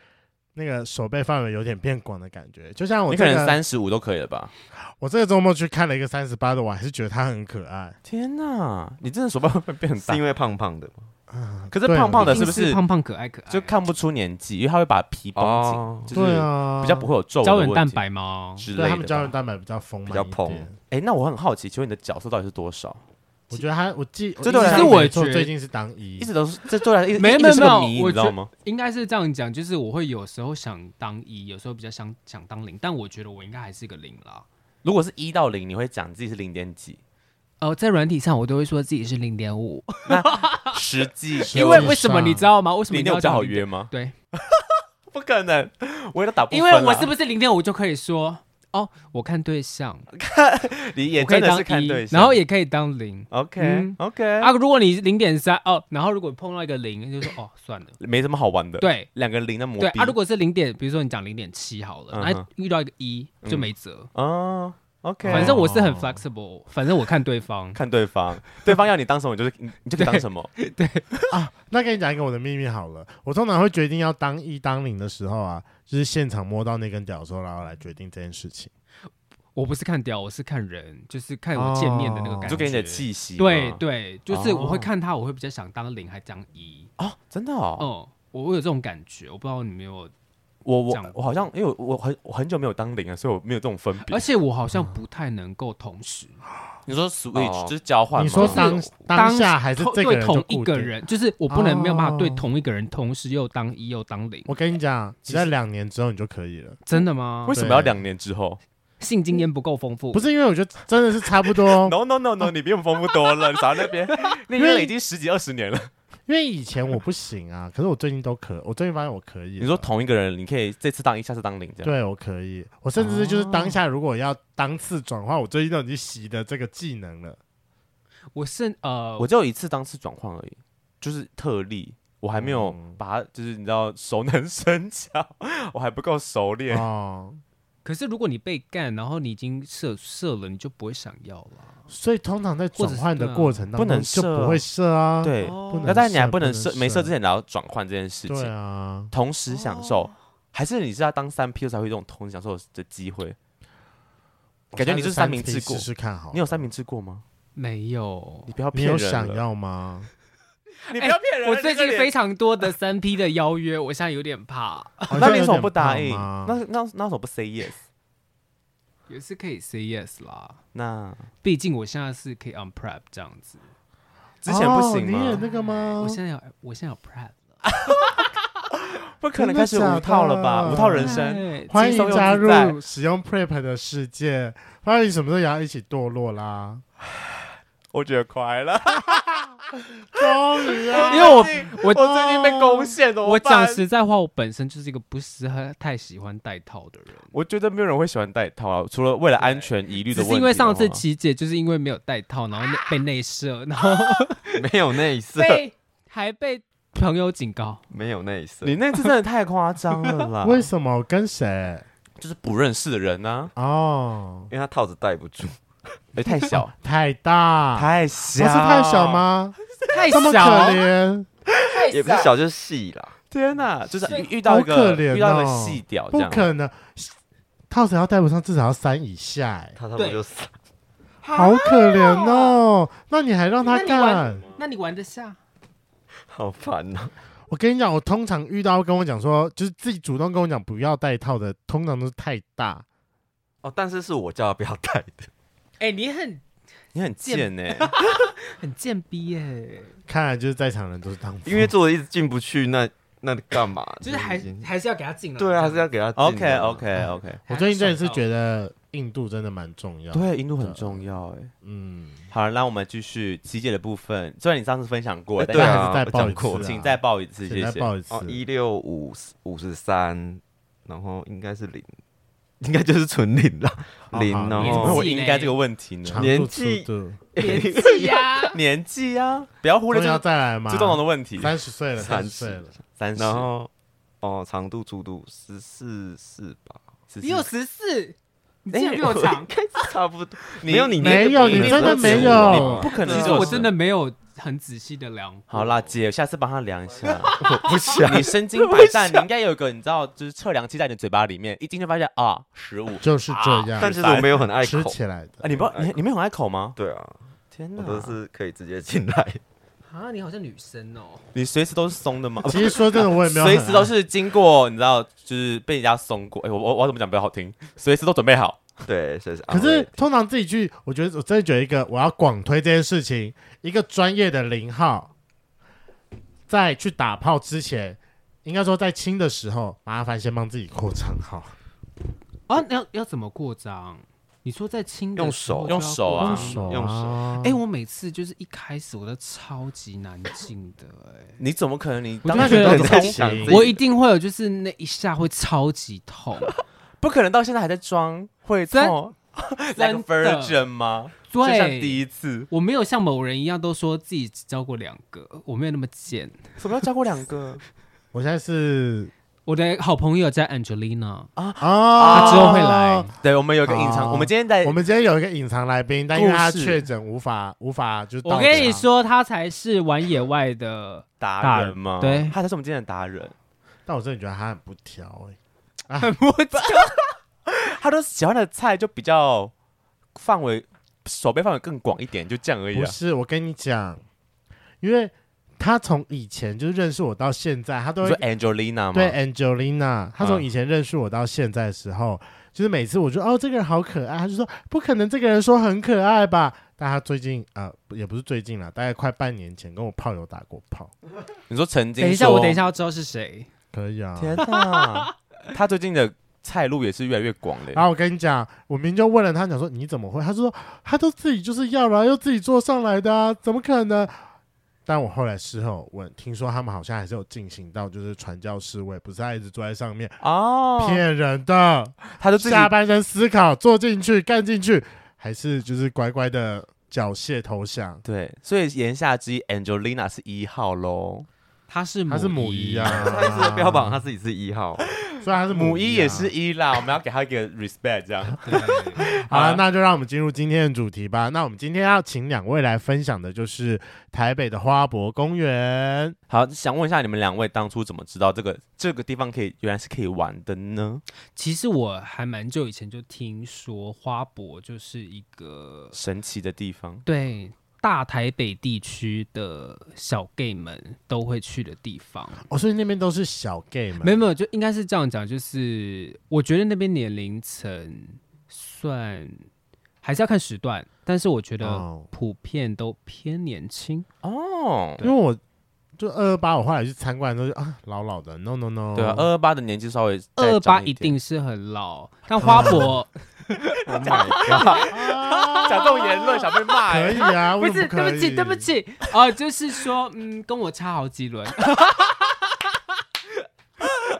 Speaker 1: 那个手背范围有点变广的感觉。就像我
Speaker 2: 你可
Speaker 1: 这
Speaker 2: 能
Speaker 1: 个，
Speaker 2: 三十五都可以了吧？
Speaker 1: 我这个周末去看了一个三十八的，我还是觉得他很可爱。
Speaker 2: 天哪，你真的手办会变很
Speaker 4: 是
Speaker 2: 大
Speaker 4: 因，为胖胖的吗？
Speaker 2: 可是
Speaker 1: 对
Speaker 2: 胖胖的是不
Speaker 3: 是
Speaker 2: 是
Speaker 3: 胖胖可爱可爱？
Speaker 2: 就看不出年纪？因为他会把皮绷
Speaker 4: 哦，
Speaker 2: 紧，就
Speaker 1: 对
Speaker 2: 是
Speaker 1: 啊，
Speaker 2: 比较不会有皱纹的
Speaker 3: 嗯胶
Speaker 2: 问
Speaker 3: 原
Speaker 2: 题
Speaker 3: 蛋白吗？
Speaker 2: 之
Speaker 1: 对他
Speaker 2: 类
Speaker 1: 们
Speaker 2: 的
Speaker 1: 胶原
Speaker 2: 吧。
Speaker 1: 蛋白比较丰满一
Speaker 4: 比
Speaker 1: 点，
Speaker 4: 较蓬
Speaker 2: 哎，那我很好奇，请问你的角色到底是多少？
Speaker 1: 我觉得他，我记，
Speaker 2: 这对我来
Speaker 1: 印
Speaker 2: 说
Speaker 1: 象
Speaker 3: 我
Speaker 1: 没错
Speaker 3: 觉得
Speaker 1: 最近是当一
Speaker 2: 一，直 都是这做来一直
Speaker 3: 没
Speaker 2: 一直
Speaker 3: 没
Speaker 2: 是个
Speaker 3: 没有
Speaker 2: 谜，你
Speaker 3: 我
Speaker 2: 知道
Speaker 3: 觉
Speaker 2: 吗？
Speaker 3: 应该是这样讲，就是我会有时候想当一，有时候比较想想当零，但我觉得我应该还是个零啦。
Speaker 2: 如果是一到零，你会讲自己是零点 几？
Speaker 3: 呃，在软体上我都会说自己是零点五，
Speaker 2: 实际
Speaker 3: 因为为什么你知道吗？为什么
Speaker 2: 零
Speaker 3: 一
Speaker 2: 点
Speaker 3: 定
Speaker 2: 五
Speaker 3: 要
Speaker 2: 比较
Speaker 3: 讲
Speaker 2: 好
Speaker 3: 0.5
Speaker 2: 约啊吗？
Speaker 3: 对，
Speaker 2: 不可能，我也打不
Speaker 3: 因
Speaker 2: 分
Speaker 3: 为
Speaker 2: 啦
Speaker 3: 我是不是零点五就可以说哦，我看对象，
Speaker 2: 你也
Speaker 3: 我可以
Speaker 2: 真的
Speaker 3: 当
Speaker 2: 是看
Speaker 3: 一
Speaker 2: 对，象，
Speaker 3: 然后也可以当零
Speaker 2: OK、
Speaker 3: 嗯
Speaker 2: OK，、，
Speaker 3: 啊。如果你零点三哦，然后如果碰到一个零，就说哦算了
Speaker 2: 没什么好玩的，，
Speaker 3: 对
Speaker 2: 两个零的磨
Speaker 3: 对
Speaker 2: 逼
Speaker 3: 啊。如果是零点，比如说你讲零点七好了，
Speaker 2: 嗯
Speaker 3: 那
Speaker 2: 哼
Speaker 3: 遇到一个一就没辙。
Speaker 2: 哦 OK，
Speaker 3: 反正我是很
Speaker 1: 哦
Speaker 3: flexible，反正我看对方。
Speaker 2: 看对方，对方要你当什么，你就是你你就可以当什么，
Speaker 1: 那跟你讲一个我的秘密好了，我通常会决定要当一当零的时候啊，就是现场摸到那根屌的时候，然后来决定这件事情。
Speaker 3: 我不是看屌，我是看人，就是看我见面的那个
Speaker 1: 哦
Speaker 3: 感觉。
Speaker 2: 就给你的气息嘛，
Speaker 3: 对对，就是我会
Speaker 2: 哦
Speaker 3: 看他，我会比较想当零还当一。
Speaker 2: 哦，真的哦，
Speaker 3: 哦，我我有这种感觉，我不知道你们有，
Speaker 2: 我
Speaker 3: 这样
Speaker 2: 我我好像因为我我很我很久没有当零了，所以我没有这种分别
Speaker 3: 而。且我好像
Speaker 1: 嗯
Speaker 3: 不太能够同时
Speaker 2: 哎你说 switch、
Speaker 4: 哦
Speaker 2: 就是交换吗，
Speaker 1: 你说
Speaker 3: 是
Speaker 1: 当当下还是
Speaker 3: 同
Speaker 1: 这个
Speaker 3: 对
Speaker 1: 人
Speaker 3: 同
Speaker 1: 就
Speaker 3: 一
Speaker 1: 固
Speaker 3: 个
Speaker 1: 定
Speaker 3: 人，就是我不能没有办法对
Speaker 1: 哦
Speaker 3: 同一个人同时又当一又当零。
Speaker 1: 我跟你讲，只
Speaker 2: 其实
Speaker 1: 在两年之后你就可以了。
Speaker 3: 真的吗
Speaker 2: 为？什么要两年之 后
Speaker 3: 性经验不够丰富，
Speaker 1: 不
Speaker 3: 是
Speaker 1: 是因为我觉得真的是差不多哦，
Speaker 2: ？No No No No，你比我们丰富多了，你少在那 边，那
Speaker 1: 因为
Speaker 2: 边已经十几二十年了。
Speaker 1: 因为以前我不行啊，可是我最近都可，我最近发现我可以了。
Speaker 2: 你说同一个人，你可以这次当一，下次当零这样。哦
Speaker 1: 对，我可以，我甚至是就是当下如果要当次转换，我最近都已经习得这个技能了。
Speaker 3: 我是呃，
Speaker 2: 我就有一次当次转换而已，就是特例，我还没有
Speaker 1: 嗯
Speaker 2: 把它，就是你知道熟能生巧， 我还不够熟练。
Speaker 1: 哦，
Speaker 3: 可是如果你被干，然后你已经射射了，你就不会想要了。
Speaker 1: 所以通常在
Speaker 3: 或
Speaker 1: 转
Speaker 3: 者是
Speaker 1: 换的
Speaker 3: 对啊
Speaker 1: 过程当
Speaker 2: 不能
Speaker 1: 中就
Speaker 2: 射
Speaker 1: 不会射啊。，
Speaker 2: 对，
Speaker 3: 哦
Speaker 1: 不能
Speaker 2: 那但你还
Speaker 1: 射
Speaker 2: 不
Speaker 1: 不
Speaker 2: 能
Speaker 1: 能
Speaker 2: 射，没
Speaker 1: 射
Speaker 2: 射之前你要转换这件事
Speaker 1: 对
Speaker 2: 情，
Speaker 1: 啊，
Speaker 2: 同时享受，还是你是要当三 P 才会有这种同时享受的机会？感觉你就是三明治过
Speaker 1: 试试看好了。
Speaker 2: 你有三明治过吗？
Speaker 3: 没有
Speaker 2: 你，不要
Speaker 1: 你
Speaker 2: 骗
Speaker 1: 有
Speaker 2: 人哎
Speaker 1: 想
Speaker 2: 了。
Speaker 1: 要吗？
Speaker 2: 你不要骗人！啊
Speaker 3: 我
Speaker 2: 这
Speaker 3: 最
Speaker 2: 个
Speaker 3: 近
Speaker 2: 脸
Speaker 3: 非常多的三 P 的邀约，我现在有点怕，
Speaker 1: 好
Speaker 2: 那
Speaker 1: 像
Speaker 2: 你
Speaker 1: 哦有
Speaker 2: 为什么
Speaker 1: 点
Speaker 2: 不答
Speaker 1: 胖
Speaker 2: 应？
Speaker 1: 吗
Speaker 2: 那那那为什么不 say yes？
Speaker 3: 也是可以 say yes 啦。
Speaker 1: 哦
Speaker 2: 那
Speaker 3: 毕竟我现在是可以 on prep 这样子，
Speaker 2: 之前不
Speaker 1: 哦
Speaker 2: 行
Speaker 1: 你也
Speaker 2: 吗？
Speaker 1: 那个吗
Speaker 3: 我？现在有我现在有 prep 了，
Speaker 2: 不可
Speaker 1: 真
Speaker 2: 能
Speaker 1: 的
Speaker 2: 开始
Speaker 1: 假
Speaker 2: 五套了吧？
Speaker 1: 的
Speaker 2: 五套人生，
Speaker 3: 对
Speaker 1: 欢
Speaker 2: 轻松
Speaker 1: 迎
Speaker 2: 又
Speaker 1: 加
Speaker 2: 自在
Speaker 1: 入使用 Prep 的世界，欢迎什么时候也要一起堕落啦！
Speaker 2: 我觉得快了，
Speaker 1: 终于啊，
Speaker 3: 因为我
Speaker 2: 我
Speaker 3: 我
Speaker 2: 最近被攻陷了。
Speaker 3: 我讲
Speaker 2: 暂时，
Speaker 3: 实在话，我本身就是一个不是很太喜欢戴套的人，
Speaker 2: 我觉得没有人会喜欢戴套啊，除了为了安全疑虑的
Speaker 3: 只
Speaker 2: 问
Speaker 3: 是
Speaker 2: 题。
Speaker 3: 因为上次
Speaker 2: 好吗
Speaker 3: 琪姐就是因为没有戴套，然后内被内射，然后
Speaker 4: 哦没有内 射，
Speaker 3: 被还被朋友警告。
Speaker 4: 没有内射。
Speaker 2: 你那次真的太夸张了啦，
Speaker 1: 为什么跟谁？
Speaker 2: 就是不认识的人啊呢？
Speaker 1: 哦，
Speaker 4: 因为他套子戴不住，
Speaker 2: 哎，太小，
Speaker 1: 太大，
Speaker 2: 太
Speaker 1: 不
Speaker 2: 小，
Speaker 1: 是太小？吗？
Speaker 3: 太
Speaker 1: 这么可
Speaker 3: 小，
Speaker 1: 怜，
Speaker 4: 也不是小就是细啦。
Speaker 2: 天哪，就是遇遇
Speaker 1: 好
Speaker 2: 到一
Speaker 1: 可
Speaker 2: 个
Speaker 1: 怜
Speaker 2: 遇到一个
Speaker 1: 哦
Speaker 2: 细屌这
Speaker 1: 不
Speaker 2: 样，啊
Speaker 1: 可能，套子要戴不上，至少要三以下、哎
Speaker 4: 他差不多
Speaker 3: 对
Speaker 4: 就是
Speaker 2: 啊
Speaker 1: 好可怜哦。那你还让他
Speaker 3: 那你玩
Speaker 1: 干？
Speaker 3: 那你玩得下？
Speaker 4: 好烦哦。
Speaker 1: 我跟你讲，我通常遇到跟我讲说，就是自己主动跟我讲不要戴套的，通常都是太大。
Speaker 4: 哦，但是是我叫他不要戴的，
Speaker 3: 哎、你很
Speaker 2: 你很贱欸呢。
Speaker 3: 很贱逼耶、
Speaker 1: 看来就是在场人都是当
Speaker 4: 因为做的一直进不去，那那干嘛？
Speaker 3: 就是还
Speaker 4: 已经
Speaker 3: 还是要给他进来。
Speaker 4: 对啊，还是要给他进
Speaker 2: OK
Speaker 4: 的嘛哎
Speaker 2: OK OK，
Speaker 1: 我最近真的是觉得硬度真的蛮重要。，
Speaker 2: 对，印度很重要哎。
Speaker 1: 嗯，
Speaker 2: 好，那我们继续琪姐的部分。虽然你上次分享过，
Speaker 4: 哎
Speaker 2: 但
Speaker 4: 对啊
Speaker 1: 还是再报一
Speaker 4: 我讲过
Speaker 1: 次、啊，
Speaker 2: 请再报一次，
Speaker 1: 请
Speaker 2: 谢
Speaker 1: 再
Speaker 2: 谢。
Speaker 1: 报一次。
Speaker 4: 哦，一六五五十三，然后应该是零，应该就是纯零了，
Speaker 1: 好
Speaker 4: 零。
Speaker 1: 好
Speaker 4: 然
Speaker 2: 你
Speaker 1: 年
Speaker 2: 怎么
Speaker 4: 后
Speaker 2: 会应该这个问题呢？
Speaker 1: 长
Speaker 4: 年
Speaker 1: 度、
Speaker 4: 纪
Speaker 1: 粗度，
Speaker 3: 年纪呀、
Speaker 2: 年纪啊，不要忽
Speaker 1: 我
Speaker 2: 略
Speaker 1: 们
Speaker 2: 这
Speaker 1: 要
Speaker 2: 个
Speaker 1: 再来吗？
Speaker 2: 这种的问题。
Speaker 1: 三十岁了，三十岁了，
Speaker 2: 三十
Speaker 4: 然，后哦，长度粗度十四四吧，
Speaker 2: 你
Speaker 3: 你有十四，你
Speaker 2: 哎
Speaker 3: 竟然比我 长。
Speaker 4: 差不多。
Speaker 2: 你
Speaker 4: 没有你那个
Speaker 1: 没有
Speaker 4: 比
Speaker 1: 你
Speaker 4: 例
Speaker 1: 真的
Speaker 4: 不
Speaker 1: 没
Speaker 4: 止
Speaker 1: 有
Speaker 4: 我
Speaker 2: 不可能
Speaker 4: 对
Speaker 3: 其
Speaker 4: 啊
Speaker 3: 实我真的没有很仔细的量过。
Speaker 2: 好啦，姐，下次帮他量一下。
Speaker 4: 我不想
Speaker 2: 你身经百战，你应该有一个你知道，就是测量器在你嘴巴里面，一进去发现啊，十五。
Speaker 1: 就是这样，
Speaker 4: 但其实我没有很爱
Speaker 1: 吃
Speaker 4: 口，
Speaker 1: 起来的。
Speaker 2: 啊，你不你你没有很爱口吗？
Speaker 4: 对啊，
Speaker 2: 天
Speaker 4: 我
Speaker 2: 哪，
Speaker 4: 都是可以直接进来。
Speaker 3: 啊，你好像女生哦。
Speaker 2: 你随时都是松的吗？
Speaker 1: 其实说真的，我也没有很
Speaker 2: 随
Speaker 1: 爱，
Speaker 2: 时都是经过，你知道，就是被人家松过。哎、我我我要怎么讲比较好听？随时都准备好。
Speaker 4: 对，所以是啊
Speaker 1: 可
Speaker 3: 啊
Speaker 4: 安慰
Speaker 1: 是通常自己去，我觉得我真的觉得一个我要广推这件事情，一个专业的零号，在去打炮之前，应该说在亲的时候，麻烦先帮自己扩张好。
Speaker 3: 啊，那要要怎么扩张？你说在亲的
Speaker 4: 用
Speaker 3: 时候
Speaker 4: 手
Speaker 3: 就要
Speaker 2: 用手
Speaker 3: 扩
Speaker 2: 啊
Speaker 3: 张
Speaker 1: 手
Speaker 4: 用
Speaker 1: 啊
Speaker 3: 哎、，我每次就是一开始我都超级难进的、哎，
Speaker 2: 你怎么可能你
Speaker 3: 我
Speaker 2: 当
Speaker 3: 就
Speaker 2: 时
Speaker 3: 觉得
Speaker 2: 都
Speaker 1: 很
Speaker 2: 不
Speaker 1: 在
Speaker 2: 懂
Speaker 1: 想
Speaker 4: 自己
Speaker 1: 对
Speaker 3: 我一定会有，就是那一下会超级 痛，
Speaker 2: 不可能到现在还在装会
Speaker 3: 真
Speaker 2: 痛，like
Speaker 3: 真的
Speaker 2: virgin 吗？就像第
Speaker 3: 对。
Speaker 2: 一次，
Speaker 3: 我没有像某人一样都说自己只交过两个，我没有那么贱。
Speaker 2: 什么叫交过两个
Speaker 1: 我现在是
Speaker 3: 我的好朋友叫 Angelina，
Speaker 1: 啊
Speaker 3: 她之后会来。
Speaker 2: 对，我们哦有一个啊隐藏，
Speaker 1: 哦
Speaker 2: 我们今天在
Speaker 1: 我们今天有一个隐藏来宾，但因为他
Speaker 2: 故事
Speaker 1: 确诊，无法无法就是到
Speaker 3: 哎
Speaker 1: 场。
Speaker 3: 我跟你说，她才是玩野外的，
Speaker 2: 达
Speaker 3: 大
Speaker 2: 人吗？
Speaker 3: 对
Speaker 2: 他才是我们今天的达人，
Speaker 1: 但我真的觉得他很不挑哎、
Speaker 2: 他都喜欢的菜就比较范围手背范围更广一点，就这样而已、
Speaker 1: 不
Speaker 2: 啊。
Speaker 1: 是，我跟你讲，因为他从以前就认识我到现在，他都
Speaker 2: 你
Speaker 1: 会
Speaker 2: 说 Angelina 吗？
Speaker 1: 对 Angelina，她从
Speaker 2: 嗯
Speaker 1: 以前认识我到现在的时候，就是每次我说哦这个人好可爱，她就说不可能，这个人说很可爱吧？但她最近啊、呃也不是最近啦，大概快半年前跟我炮友打过炮，
Speaker 2: 你说曾经
Speaker 3: 等一下
Speaker 2: 说
Speaker 3: 我等一下要知道是谁。
Speaker 1: 可以啊。
Speaker 2: 天哪， 他最近的菜路也是越来越广嘞
Speaker 3: 啊
Speaker 1: 然。后我跟你讲，我明明就问了他，讲说你怎么会？他说他都自己就是要了，又自己做上来的、啊，怎么可能？但我后来事后问，听说他们好像还是有进行到就是传教士位，不是他一直坐在上面
Speaker 2: 哦，
Speaker 1: 骗人的。
Speaker 2: 他就自己
Speaker 1: 下半身思考，坐进去，干进去，还是就是乖乖的缴械投降？
Speaker 2: 对，所以言下之意，Angelina 是一号喽，
Speaker 3: 她是
Speaker 1: 他是母一
Speaker 3: 一
Speaker 1: 啊，，
Speaker 4: 他一直标榜他自己是 一号，
Speaker 1: 虽然他是
Speaker 2: 母
Speaker 1: 一
Speaker 2: 一
Speaker 1: 啊
Speaker 2: 也是。一啦，我们要给他一个 respect，这样。
Speaker 1: 好了，那就让我们进入今天的主题吧。那我们今天要请两位来分享的就是台北的花博公园。
Speaker 2: 好，想问一下你们两位当初怎么知道这个这个地方可以原来是可以玩的呢？
Speaker 3: 其实我还蛮久以前就听说花博就是一个
Speaker 2: 神奇的地方，
Speaker 3: 对大台北地区的小 gay 们都会去的地方。
Speaker 1: 哦，所以那边都是小 gay 们，
Speaker 3: 没有没有，就应该是这样讲，就是我觉得那边年龄层算还是要看时段，但是我觉得
Speaker 1: 哦，
Speaker 3: 普遍都偏年轻。
Speaker 2: 哦，
Speaker 1: 因为我就二二八，我后来去参观都是啊老老的，no no no，
Speaker 2: 对啊，二二八的年纪稍微再
Speaker 3: 哦二八
Speaker 2: 长
Speaker 3: 一
Speaker 2: 一
Speaker 3: 定是很老，但花博
Speaker 4: Oh my god！
Speaker 1: 啊
Speaker 2: 讲这种言论，想被骂
Speaker 1: 可
Speaker 2: 欸。
Speaker 1: 以啊，
Speaker 3: 不
Speaker 1: 为
Speaker 3: 是
Speaker 1: 什么可
Speaker 3: 对
Speaker 1: 以
Speaker 3: 不起对不，起哦、就是说嗯，跟我差好几轮，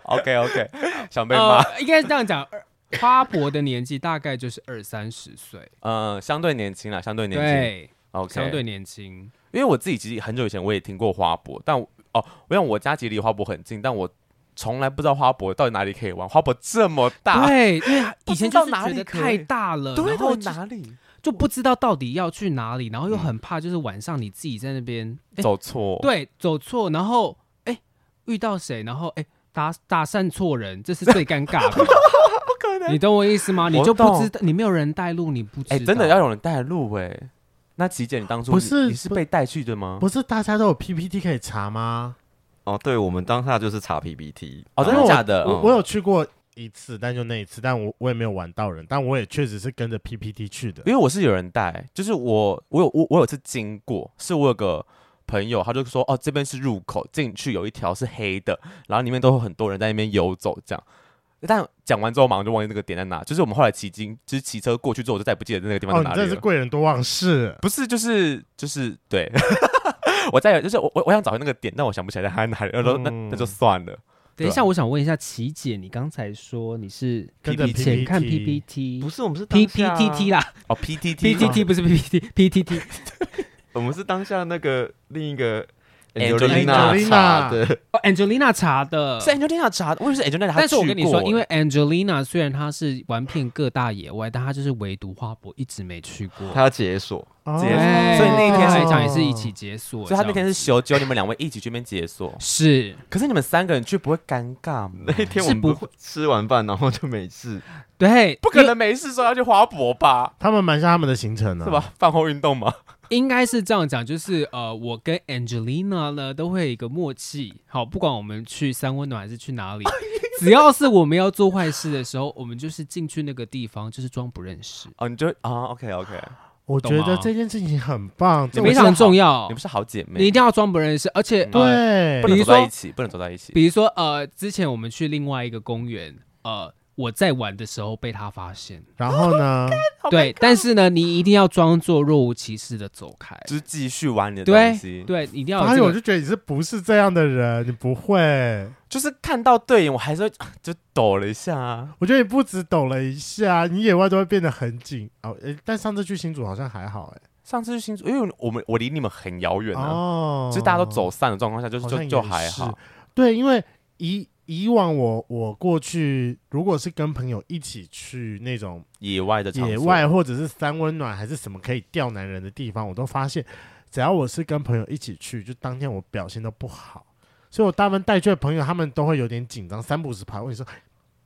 Speaker 2: OK OK，想被骂。
Speaker 3: 呃，应该是这样讲。二花博的年纪大概就是二三十岁，
Speaker 2: 嗯，相对年轻啦，相对年轻。
Speaker 3: 对，
Speaker 2: OK，
Speaker 3: 相对年轻。
Speaker 2: 因为我自己其实很久以前我也听过花博，但我哦，因为我家其实离花博很近，但我从来不知道花博到底哪里可以玩。花博这么大，
Speaker 3: 对，因为以前就是觉
Speaker 2: 不知道哪里
Speaker 3: 得
Speaker 2: 可以
Speaker 3: 太大了，然
Speaker 2: 到
Speaker 3: 后
Speaker 2: 底
Speaker 3: 就
Speaker 2: 哪里
Speaker 3: 就不知道到底要去哪里，然后又
Speaker 2: 嗯
Speaker 3: 很怕就是晚上你自己在那边，哎
Speaker 2: 走错？，
Speaker 3: 对，走错，然后哎遇到谁，然后哎搭搭讪错人，这是最尴尬 的。你懂我意思吗？你
Speaker 2: 我
Speaker 3: 就不
Speaker 2: 懂
Speaker 3: 知道，你没有人带路，你不知道。
Speaker 2: 哎，真的要有人带路哎。那琪姐，你当初
Speaker 1: 不
Speaker 2: 你
Speaker 1: 是
Speaker 2: 你是
Speaker 1: 不
Speaker 2: 被带去的吗？
Speaker 1: 不是大家都有 PPT 可以查吗？
Speaker 4: 哦，对，我们当下就是查 PPT，
Speaker 2: 哦，真
Speaker 1: 因为
Speaker 2: 的
Speaker 1: 我
Speaker 2: 假的？
Speaker 1: 我
Speaker 2: 嗯
Speaker 1: 我有去过一次，但就那一次，但我我也没有玩到人，但我也确实是跟着 PPT 去的
Speaker 2: 因。为我是有人带，就是我我有我我有次经过，是我有个朋友，他就说哦这边是入口，进去有一条是黑的，然后里面都有很多人在那边游走这样。但讲完之后，马上就忘记那个点在哪。就是我们后来骑经，就是骑车过去之后，我就再也不记得那个地方
Speaker 1: 哦，
Speaker 2: 在
Speaker 1: 你
Speaker 2: 哪
Speaker 1: 真
Speaker 2: 里啊
Speaker 1: 的
Speaker 2: 了。
Speaker 1: 是贵人多忘事。
Speaker 2: 不是，就是就是对， 我再有就是我我我想找回那个点，但我想不起来在它哪里。然后那
Speaker 1: 嗯
Speaker 2: 那就算了。
Speaker 3: 等一下，我想问一下琪姐，你刚才说你是
Speaker 1: 跟着
Speaker 3: 以前看
Speaker 1: PPT
Speaker 3: PPT，
Speaker 4: 不
Speaker 3: 是
Speaker 4: 是我们是
Speaker 3: PPTT
Speaker 4: 啦，
Speaker 3: 啦
Speaker 2: 哦，PTT 吗
Speaker 3: ，PTT 不是 PPT，PTT
Speaker 4: 我们是当下那个另一个
Speaker 1: Angelina
Speaker 4: 查的，
Speaker 3: 哦，Angelina 查的，
Speaker 2: 是 Angelina 查的，我以为是 Angelina 查
Speaker 3: 但是我跟你
Speaker 2: 去
Speaker 3: 说，
Speaker 2: 过
Speaker 3: 因为 Angelina 虽然她是玩遍各大野外，但她就是唯独花博一直没去过。
Speaker 4: 他解锁，
Speaker 1: 哦
Speaker 2: 解锁所以那一天
Speaker 3: 对她
Speaker 2: 是
Speaker 3: 来讲也是一起解锁，
Speaker 2: 所以他那天
Speaker 3: 这样
Speaker 2: 是休九，你们两位一起去那边解锁。
Speaker 3: 是
Speaker 2: 可是你们三个人去不会尴尬吗
Speaker 4: 那？一天
Speaker 3: 是
Speaker 4: 我们
Speaker 3: 不
Speaker 4: 不
Speaker 3: 会
Speaker 4: 吃完饭然后就没事，
Speaker 3: 对，
Speaker 2: 不可能没事说要去花博吧？
Speaker 1: 他们蛮像他们的行程呢，
Speaker 2: 是？吧？饭后运动吗？
Speaker 3: 因应该是这样讲，就是呃，我跟 Angelina 呢都会有一个默契，好，不管我们去三温暖还是去哪
Speaker 2: 哎
Speaker 3: 里，只要是我们要做坏事的时候，我们就是进去那个地方，就是装不认识，
Speaker 2: 哦，你就啊，OK OK，
Speaker 1: 我觉得
Speaker 3: 懂吗
Speaker 1: 这件事情很棒，这
Speaker 2: 啊你们
Speaker 3: 非
Speaker 2: 是好
Speaker 3: 常重要
Speaker 2: 你们，是好姐妹，
Speaker 3: 你一定要装不认识，而且
Speaker 2: 嗯
Speaker 1: 对
Speaker 3: 呃
Speaker 2: 不，能走在一起，不能走在一起。
Speaker 3: 比如说，呃，之前我们去另外一个公园，呃，我在玩的时候被他发现，
Speaker 1: 然后 呢？
Speaker 3: 对，但是呢，你一定要装作若无其事的走开，
Speaker 2: 就是继续玩你的东
Speaker 3: 对
Speaker 2: 西，
Speaker 3: 对，一定要
Speaker 1: 发
Speaker 3: 有
Speaker 1: 现
Speaker 3: 这
Speaker 1: 我
Speaker 3: 个
Speaker 1: 就觉得你是不是这样的人，你不会。
Speaker 2: 就是看到对眼，我还是会啊就抖了一下啊。
Speaker 1: 我觉得你不止抖了一下，你野外都会变得很紧哦。诶但上次去新竹好像还好哎、
Speaker 2: 上次去新竹，因为我们我离你们很遥远啊，
Speaker 1: 哦，
Speaker 2: 就是大家都走散的状况下，就是
Speaker 1: 好像
Speaker 2: 就
Speaker 1: 也
Speaker 2: 就还好。
Speaker 1: 对，因为以以往我我过去如果是跟朋友一起去那种
Speaker 2: 野外的场所
Speaker 1: 野外或者是三温暖还是什么可以吊男人的地方，我都发现只要我是跟朋友一起去，就当天我表现都不好，所以我大部分带去的朋友他们都会有点紧张，三不五时跑问你说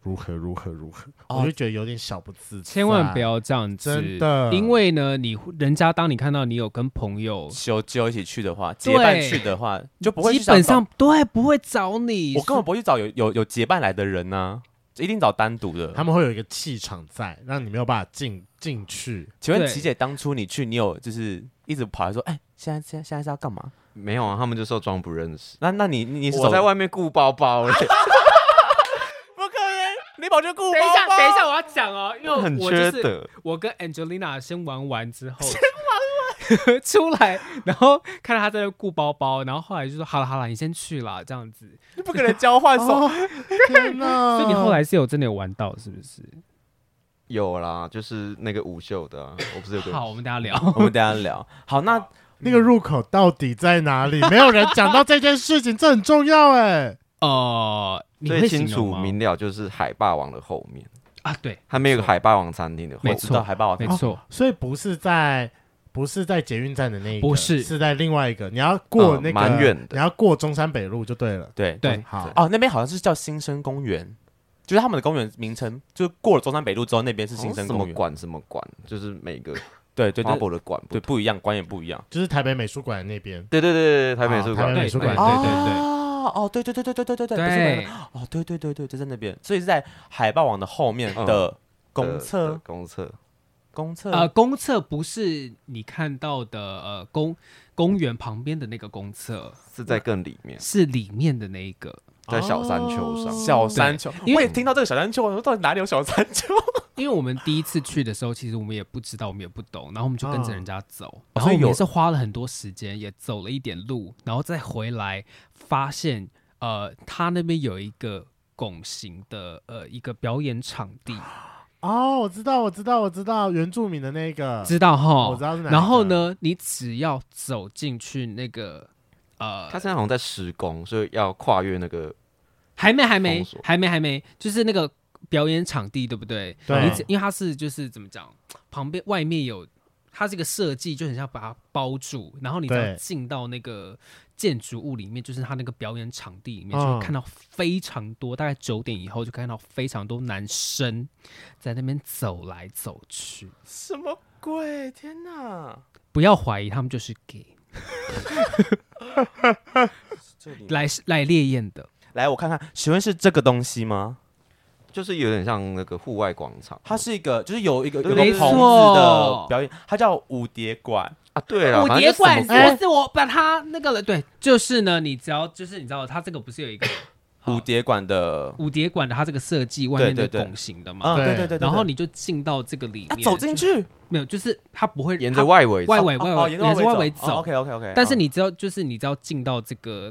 Speaker 1: 如何如何如何，
Speaker 2: 哦
Speaker 1: 我就觉得有点小不自在，
Speaker 3: 千万不要这样子，
Speaker 1: 真的，
Speaker 3: 因为呢，你人家当你看到你有跟朋友，
Speaker 2: 修就一起去的话，
Speaker 3: 对
Speaker 2: 结伴去的话，就不会去
Speaker 3: 基
Speaker 2: 想
Speaker 3: 本
Speaker 2: 找
Speaker 3: 上对不会找你，
Speaker 2: 我根本不会去找有有有结伴来的人呢、一定找单独的。
Speaker 1: 他们会有一个气场在，让你没有办法进进去。
Speaker 2: 请问
Speaker 3: 对
Speaker 2: 琪姐，当初你去，你有就是一直跑来说，哎、现在现在现在是要干嘛？
Speaker 4: 没有啊，他们就说装不认识，
Speaker 2: 那那你你你是
Speaker 4: 我
Speaker 2: 走
Speaker 4: 在，外面顾包包嘞，
Speaker 2: 不可能，你跑去顾
Speaker 3: 等一下，等一下，我要讲哦，因为我
Speaker 4: 很
Speaker 3: 就
Speaker 4: 缺
Speaker 3: 是
Speaker 4: 德，
Speaker 3: 我跟 Angelina 先玩完之后，先玩完 出来，然后看到她在那顾包包，然后后来就说好了好了，你先去啦，这样子。
Speaker 2: 你不可能交换手。
Speaker 1: 哦，天哪！
Speaker 3: 所以你后来是有真的有玩到是不是？
Speaker 4: 有啦，就是那个无袖的啊，我不是有个
Speaker 3: 好，我们大家聊。
Speaker 2: 我们等一下聊。好，那
Speaker 1: 那个入口到底在哪里？没有人讲到这件事情，这很重要哎。
Speaker 3: 哦，你
Speaker 4: 最
Speaker 3: 会
Speaker 4: 清
Speaker 3: 形容
Speaker 4: 楚
Speaker 3: 吗
Speaker 4: 明了就是海霸王的后面，
Speaker 3: 啊？对，
Speaker 4: 他们有个海霸王餐厅的后
Speaker 3: 没
Speaker 4: 面，哦
Speaker 2: 我知道
Speaker 3: 错
Speaker 2: 海报，
Speaker 3: 没错，
Speaker 1: 所以不是在不是在捷运站的那一个，
Speaker 3: 不是
Speaker 1: 是在另外一个。你要过
Speaker 4: 嗯
Speaker 1: 那个
Speaker 4: 蛮远的
Speaker 1: 你要过中山北路就对了。嗯
Speaker 2: 对
Speaker 3: 对
Speaker 1: 好，
Speaker 2: 哦，那边好像是叫新生公园，就是
Speaker 3: 哦
Speaker 2: 他们的公园名称，就是过了中山北路之后，那边是
Speaker 4: 好
Speaker 2: 新
Speaker 4: 像
Speaker 2: 生
Speaker 4: 什
Speaker 2: 公
Speaker 4: 么
Speaker 2: 园。
Speaker 4: 馆什么馆，就是每个
Speaker 2: 对对
Speaker 4: 花
Speaker 2: 对
Speaker 4: 博的馆不
Speaker 2: 对，不一样，观也不一样。
Speaker 1: 就是台北美术馆那边。
Speaker 4: 对对对对，台北
Speaker 1: 啊
Speaker 4: 美术
Speaker 1: 台
Speaker 4: 馆
Speaker 1: 北美术
Speaker 3: 对
Speaker 1: 馆
Speaker 3: 对对对
Speaker 2: 哦哦，对对对对对对对对，不是那
Speaker 3: 对
Speaker 2: 个，哦，对对对对，就在那边，所以是在海霸王的后面
Speaker 4: 嗯
Speaker 2: 的
Speaker 4: 的
Speaker 2: 公
Speaker 4: 的
Speaker 2: 厕，
Speaker 4: 公厕，
Speaker 2: 公厕
Speaker 3: 呃，公厕不是你看到的呃公公园旁边的那个公厕，
Speaker 4: 是在更里面，
Speaker 3: 是里面的那一个。
Speaker 4: 在小山丘上。
Speaker 2: 小山丘，
Speaker 3: 因为
Speaker 2: 我也听到这个小山丘，我说到底哪里有小山丘？
Speaker 3: 因为我们第一次去的时候，其实我们也不知道，我们也不懂，然后我们就跟着人家走，然后
Speaker 2: 所以
Speaker 3: 我们
Speaker 2: 有
Speaker 3: 也是花了很多时间，也走了一点路，然后再回来，发现呃，他那边有一个拱形的呃一个表演场地，
Speaker 1: 哦，我知道，我知道，我知道，原住民的那个，
Speaker 3: 知道
Speaker 1: 我知
Speaker 3: 哈？
Speaker 1: 道是哪。
Speaker 3: 然后？呢，你只要走进去那个呃
Speaker 4: 它，现在好像在施工，所以要跨越那个
Speaker 3: 还没，还没
Speaker 4: 封锁，
Speaker 3: 还没，还没，就是那个表演场地，对不对？
Speaker 1: 对
Speaker 3: 你只因为它是就是怎么讲，旁边外面有它这个设计，就很像把它包住，然后你只要
Speaker 1: 对
Speaker 3: 进到那个建筑物里面，就是它那个表演场地里面，
Speaker 1: 嗯
Speaker 3: 就会看到非常多，大概九点以后就看到非常多男生在那边走来走去，
Speaker 2: 什么鬼？天哪！
Speaker 3: 不要怀疑他们就是 gay
Speaker 2: 这里
Speaker 3: 来来烈焰的。
Speaker 2: 来，我看看，请问是这个东西吗？
Speaker 4: 就是有点像那个户外广场
Speaker 2: 它是一个，就是有一个有
Speaker 4: 对
Speaker 2: 个棚
Speaker 4: 没
Speaker 2: 子
Speaker 3: 错
Speaker 2: 的表演，它叫舞蝶馆。
Speaker 4: 啊，对了，
Speaker 3: 蝴
Speaker 4: 反
Speaker 3: 蝶
Speaker 4: 正就
Speaker 3: 馆
Speaker 4: 什么
Speaker 3: 哎不是我把它那个了，对，就是呢，你只要就是你知道，它这个不是有 一个
Speaker 2: 蝴蝶馆的，
Speaker 3: 蝴蝶馆的它这个设计外面
Speaker 2: 对
Speaker 3: 的
Speaker 2: 对对
Speaker 3: 拱形的嘛，
Speaker 2: 嗯，对
Speaker 1: 对
Speaker 2: 对对。
Speaker 3: 然后
Speaker 2: 你
Speaker 3: 你就进到这个里
Speaker 2: 啊
Speaker 3: 面，
Speaker 2: 走进去，
Speaker 3: 就没有，就是它不会
Speaker 4: 沿着
Speaker 3: 它
Speaker 4: 外围
Speaker 3: 外
Speaker 4: 走
Speaker 3: 围
Speaker 2: 哦
Speaker 3: 外
Speaker 2: 哦
Speaker 3: 围
Speaker 2: 沿
Speaker 3: 沿
Speaker 2: 着
Speaker 3: 着外
Speaker 2: 围
Speaker 3: 围
Speaker 2: 走。
Speaker 3: 走，
Speaker 2: OK OK OK。
Speaker 3: 但是你只要就是你只要进到这个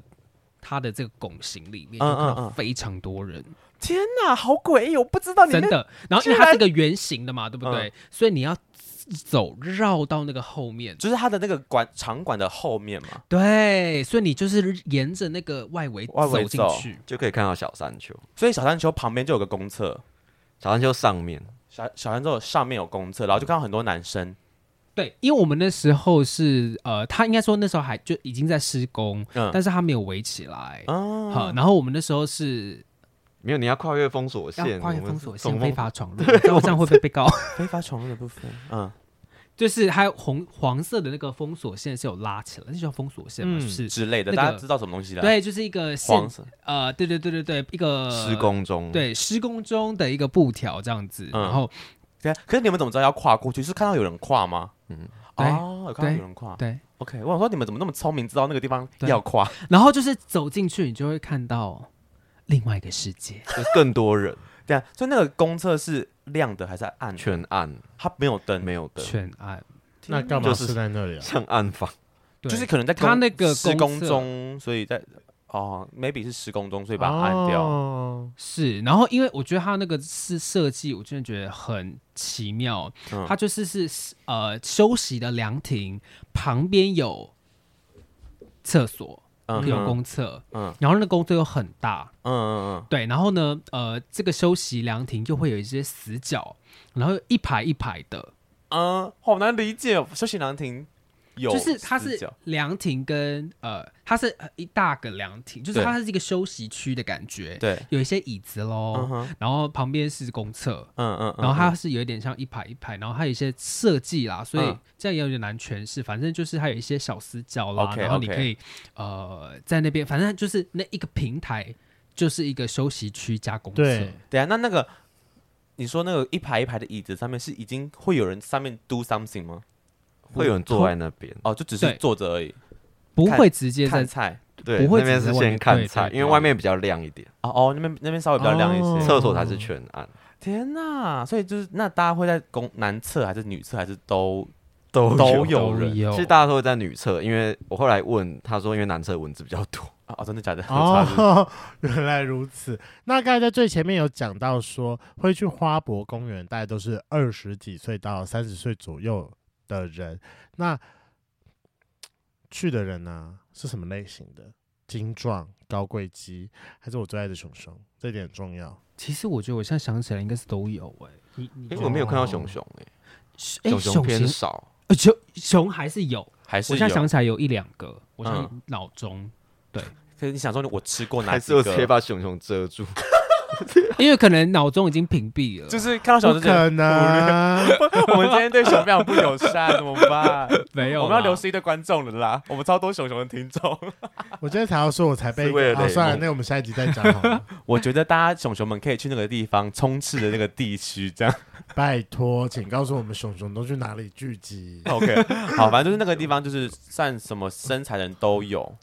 Speaker 3: 它的这个拱形里面，
Speaker 2: 嗯
Speaker 3: 就看
Speaker 2: 嗯
Speaker 3: 到
Speaker 2: 嗯啊
Speaker 3: 非常多人，
Speaker 2: 天哪，好诡异，我不知道你
Speaker 3: 真
Speaker 2: 那
Speaker 3: 的。然后因为
Speaker 2: 居然
Speaker 3: 它是个圆形的嘛，对不
Speaker 2: 嗯
Speaker 3: 对？所以你要走绕到那个后面。
Speaker 2: 就是它的那个馆场馆的后面嘛。
Speaker 3: 对，所以你就是沿着那个外围
Speaker 2: 外围
Speaker 3: 走进
Speaker 2: 走
Speaker 3: 去，
Speaker 4: 就可以看到小山丘，
Speaker 2: 所以小山丘旁边就有个公厕，
Speaker 4: 小山丘上面
Speaker 2: 小小山丘上面有公厕，然后就看到很多男生，
Speaker 3: 对，因为我们那时候是呃，他应该说那时候还就已经在施工，
Speaker 2: 嗯
Speaker 3: 但是他没有围起来。好、
Speaker 2: 啊，
Speaker 3: 然后我们那时候是
Speaker 4: 没有，你要跨越封锁
Speaker 3: 要
Speaker 4: 线，
Speaker 3: 跨越
Speaker 4: 我们
Speaker 3: 封
Speaker 4: 是
Speaker 3: 锁
Speaker 4: 从
Speaker 3: 线，
Speaker 4: 封
Speaker 3: 非法闯入，你知 道这样会不会被告？
Speaker 2: 非法闯入的部分，嗯，
Speaker 3: 就是还有红黄色的那个封锁线是有拉起来，那叫封锁线嘛，
Speaker 1: 嗯
Speaker 3: 是
Speaker 2: 之类的，
Speaker 3: 那个
Speaker 2: 大家知道什么东西的？，
Speaker 3: 对，就是一个线
Speaker 2: 黄，色，
Speaker 3: 呃，对对对对对，一个
Speaker 4: 施工中，，
Speaker 3: 对施工中的一个布条这样子，
Speaker 2: 嗯
Speaker 3: 然后
Speaker 2: 对啊。可是你们怎么知道要跨过去？是看到有人跨吗？嗯
Speaker 4: 嗯，
Speaker 3: 对
Speaker 2: 哦，有看到
Speaker 3: 对
Speaker 2: 有人跨。
Speaker 3: 对，
Speaker 2: OK，我想说你们怎么那么聪明，知道那个地方
Speaker 3: 对
Speaker 2: 要跨？
Speaker 3: 然后就是走进去，你就会看到另外一个世界。
Speaker 4: 就是更多人，
Speaker 2: 对啊，所以那个公厕是亮的还是暗的？
Speaker 4: 全暗，
Speaker 2: 它没有灯，
Speaker 4: 没有灯，
Speaker 3: 全暗，
Speaker 1: 那干嘛
Speaker 4: 就是
Speaker 1: 是在那里啊？
Speaker 4: 像暗房，
Speaker 3: 对
Speaker 2: 就是可能在
Speaker 3: 它
Speaker 2: 工
Speaker 3: 那个
Speaker 2: 施
Speaker 3: 公
Speaker 2: 工
Speaker 3: 厕
Speaker 2: 中，所以在哦，maybe 是施工中，所以把它按掉。
Speaker 1: 哦
Speaker 3: 是，然后因为我觉得它那个是设计，我真的觉得很奇妙。
Speaker 2: 嗯
Speaker 3: 它就是是呃休息的凉亭旁边有厕所，
Speaker 2: 嗯哼
Speaker 3: 有公厕，
Speaker 2: 嗯
Speaker 3: 嗯，然后那公厕又很大，
Speaker 2: 嗯嗯
Speaker 3: 对，然后呢，呃，这个休息凉亭就会有一些死角，然后一排一排的，
Speaker 2: 嗯嗯，好难理解哦。休息凉亭有
Speaker 3: 就是它
Speaker 2: 死
Speaker 3: 是
Speaker 2: 角
Speaker 3: 凉亭跟呃，它是呃一大个凉亭，就是
Speaker 2: 对
Speaker 3: 它是一个休息区的感觉，
Speaker 2: 对，
Speaker 3: 有一些椅子喽，
Speaker 2: 嗯哼，
Speaker 3: 然后旁边是公厕，
Speaker 2: 嗯嗯，嗯
Speaker 3: 然后它
Speaker 2: 嗯
Speaker 3: 是有一点像一排一排，然后它有一些设计啦，所以
Speaker 2: 嗯
Speaker 3: 这样也有点难诠释。反正就是它有一些小死角啦
Speaker 2: OK，
Speaker 3: 然后你
Speaker 2: OK
Speaker 3: 可以呃在那边，反正就是那一个平台就是一个休息区加公厕
Speaker 1: 对，
Speaker 2: 等一啊下那那个。你说那个一排一排的椅子上面是已经会有人上面 do something 吗？
Speaker 4: 会有人坐在那边，
Speaker 2: 哦，就只是
Speaker 3: 对
Speaker 2: 坐着而已，
Speaker 3: 不
Speaker 2: 看
Speaker 3: 会直接
Speaker 2: 看
Speaker 3: 在
Speaker 2: 菜。
Speaker 4: 对，
Speaker 3: 不会
Speaker 4: 那边
Speaker 3: 只是
Speaker 4: 是
Speaker 3: 外
Speaker 4: 先
Speaker 3: 面
Speaker 4: 看
Speaker 3: 对
Speaker 4: 菜，
Speaker 3: 对嗯
Speaker 4: 因为
Speaker 3: 对
Speaker 4: 外面比较亮一点，
Speaker 2: 哦哦，那边那边稍微比较亮一些。
Speaker 1: 哦
Speaker 4: 厕所才是全暗，
Speaker 2: 天呐！所以就是那大家会在公男厕还是女厕还是都
Speaker 4: 都
Speaker 2: 都有
Speaker 3: 都
Speaker 2: 人
Speaker 3: 有
Speaker 4: 其实大家都会在女厕，因为我后来问他说，因为男厕蚊子比较多，
Speaker 2: 啊哦，真的假 的？
Speaker 1: 哦，原来如此。那刚才在最前面有讲到说，会去花博公园，大概都是二十几岁到三十岁左右的人。那去的人呢、是什么类型的？精壮、高贵肌，还是我最爱的熊熊？这点很重要。
Speaker 3: 其实我觉得我现在想起来应该是都有哎、你你
Speaker 4: 因
Speaker 3: 觉
Speaker 4: 为
Speaker 3: 得
Speaker 4: 我没有看到
Speaker 1: 哦
Speaker 4: 熊欸熊诶，
Speaker 3: 哎
Speaker 4: 熊熊偏
Speaker 3: 型
Speaker 4: 少，
Speaker 3: 呃熊熊还是有，
Speaker 2: 还是
Speaker 3: 我现在
Speaker 2: 有
Speaker 3: 想起来有一两个，我现在
Speaker 2: 嗯
Speaker 3: 脑中
Speaker 2: 可是你想说我吃过哪
Speaker 4: 还是
Speaker 2: 几
Speaker 4: 我直接
Speaker 2: 个？
Speaker 4: 把熊熊遮住，
Speaker 3: 因为可能脑中已经屏蔽了，
Speaker 2: 就是看到小
Speaker 1: 不
Speaker 2: 猪就觉得
Speaker 1: 可能，
Speaker 2: 我们今天对熊非常不友 善，怎么办？
Speaker 3: 没有啦，
Speaker 2: 我们要流失一堆观众了啦，我们超多熊熊的听众。
Speaker 1: 我今天才要说，我才被
Speaker 4: 是为了
Speaker 1: 好，
Speaker 4: 雷
Speaker 1: 算了，
Speaker 4: 梦
Speaker 1: 那我们下一集再讲好 了。
Speaker 2: 我觉得大家熊熊们可以去那个地方冲刺的那个地区，这样
Speaker 1: 拜托，请告诉我们熊熊都去哪里聚集？
Speaker 2: OK。好，反正就是那个地方，就是算什么身材的人都有。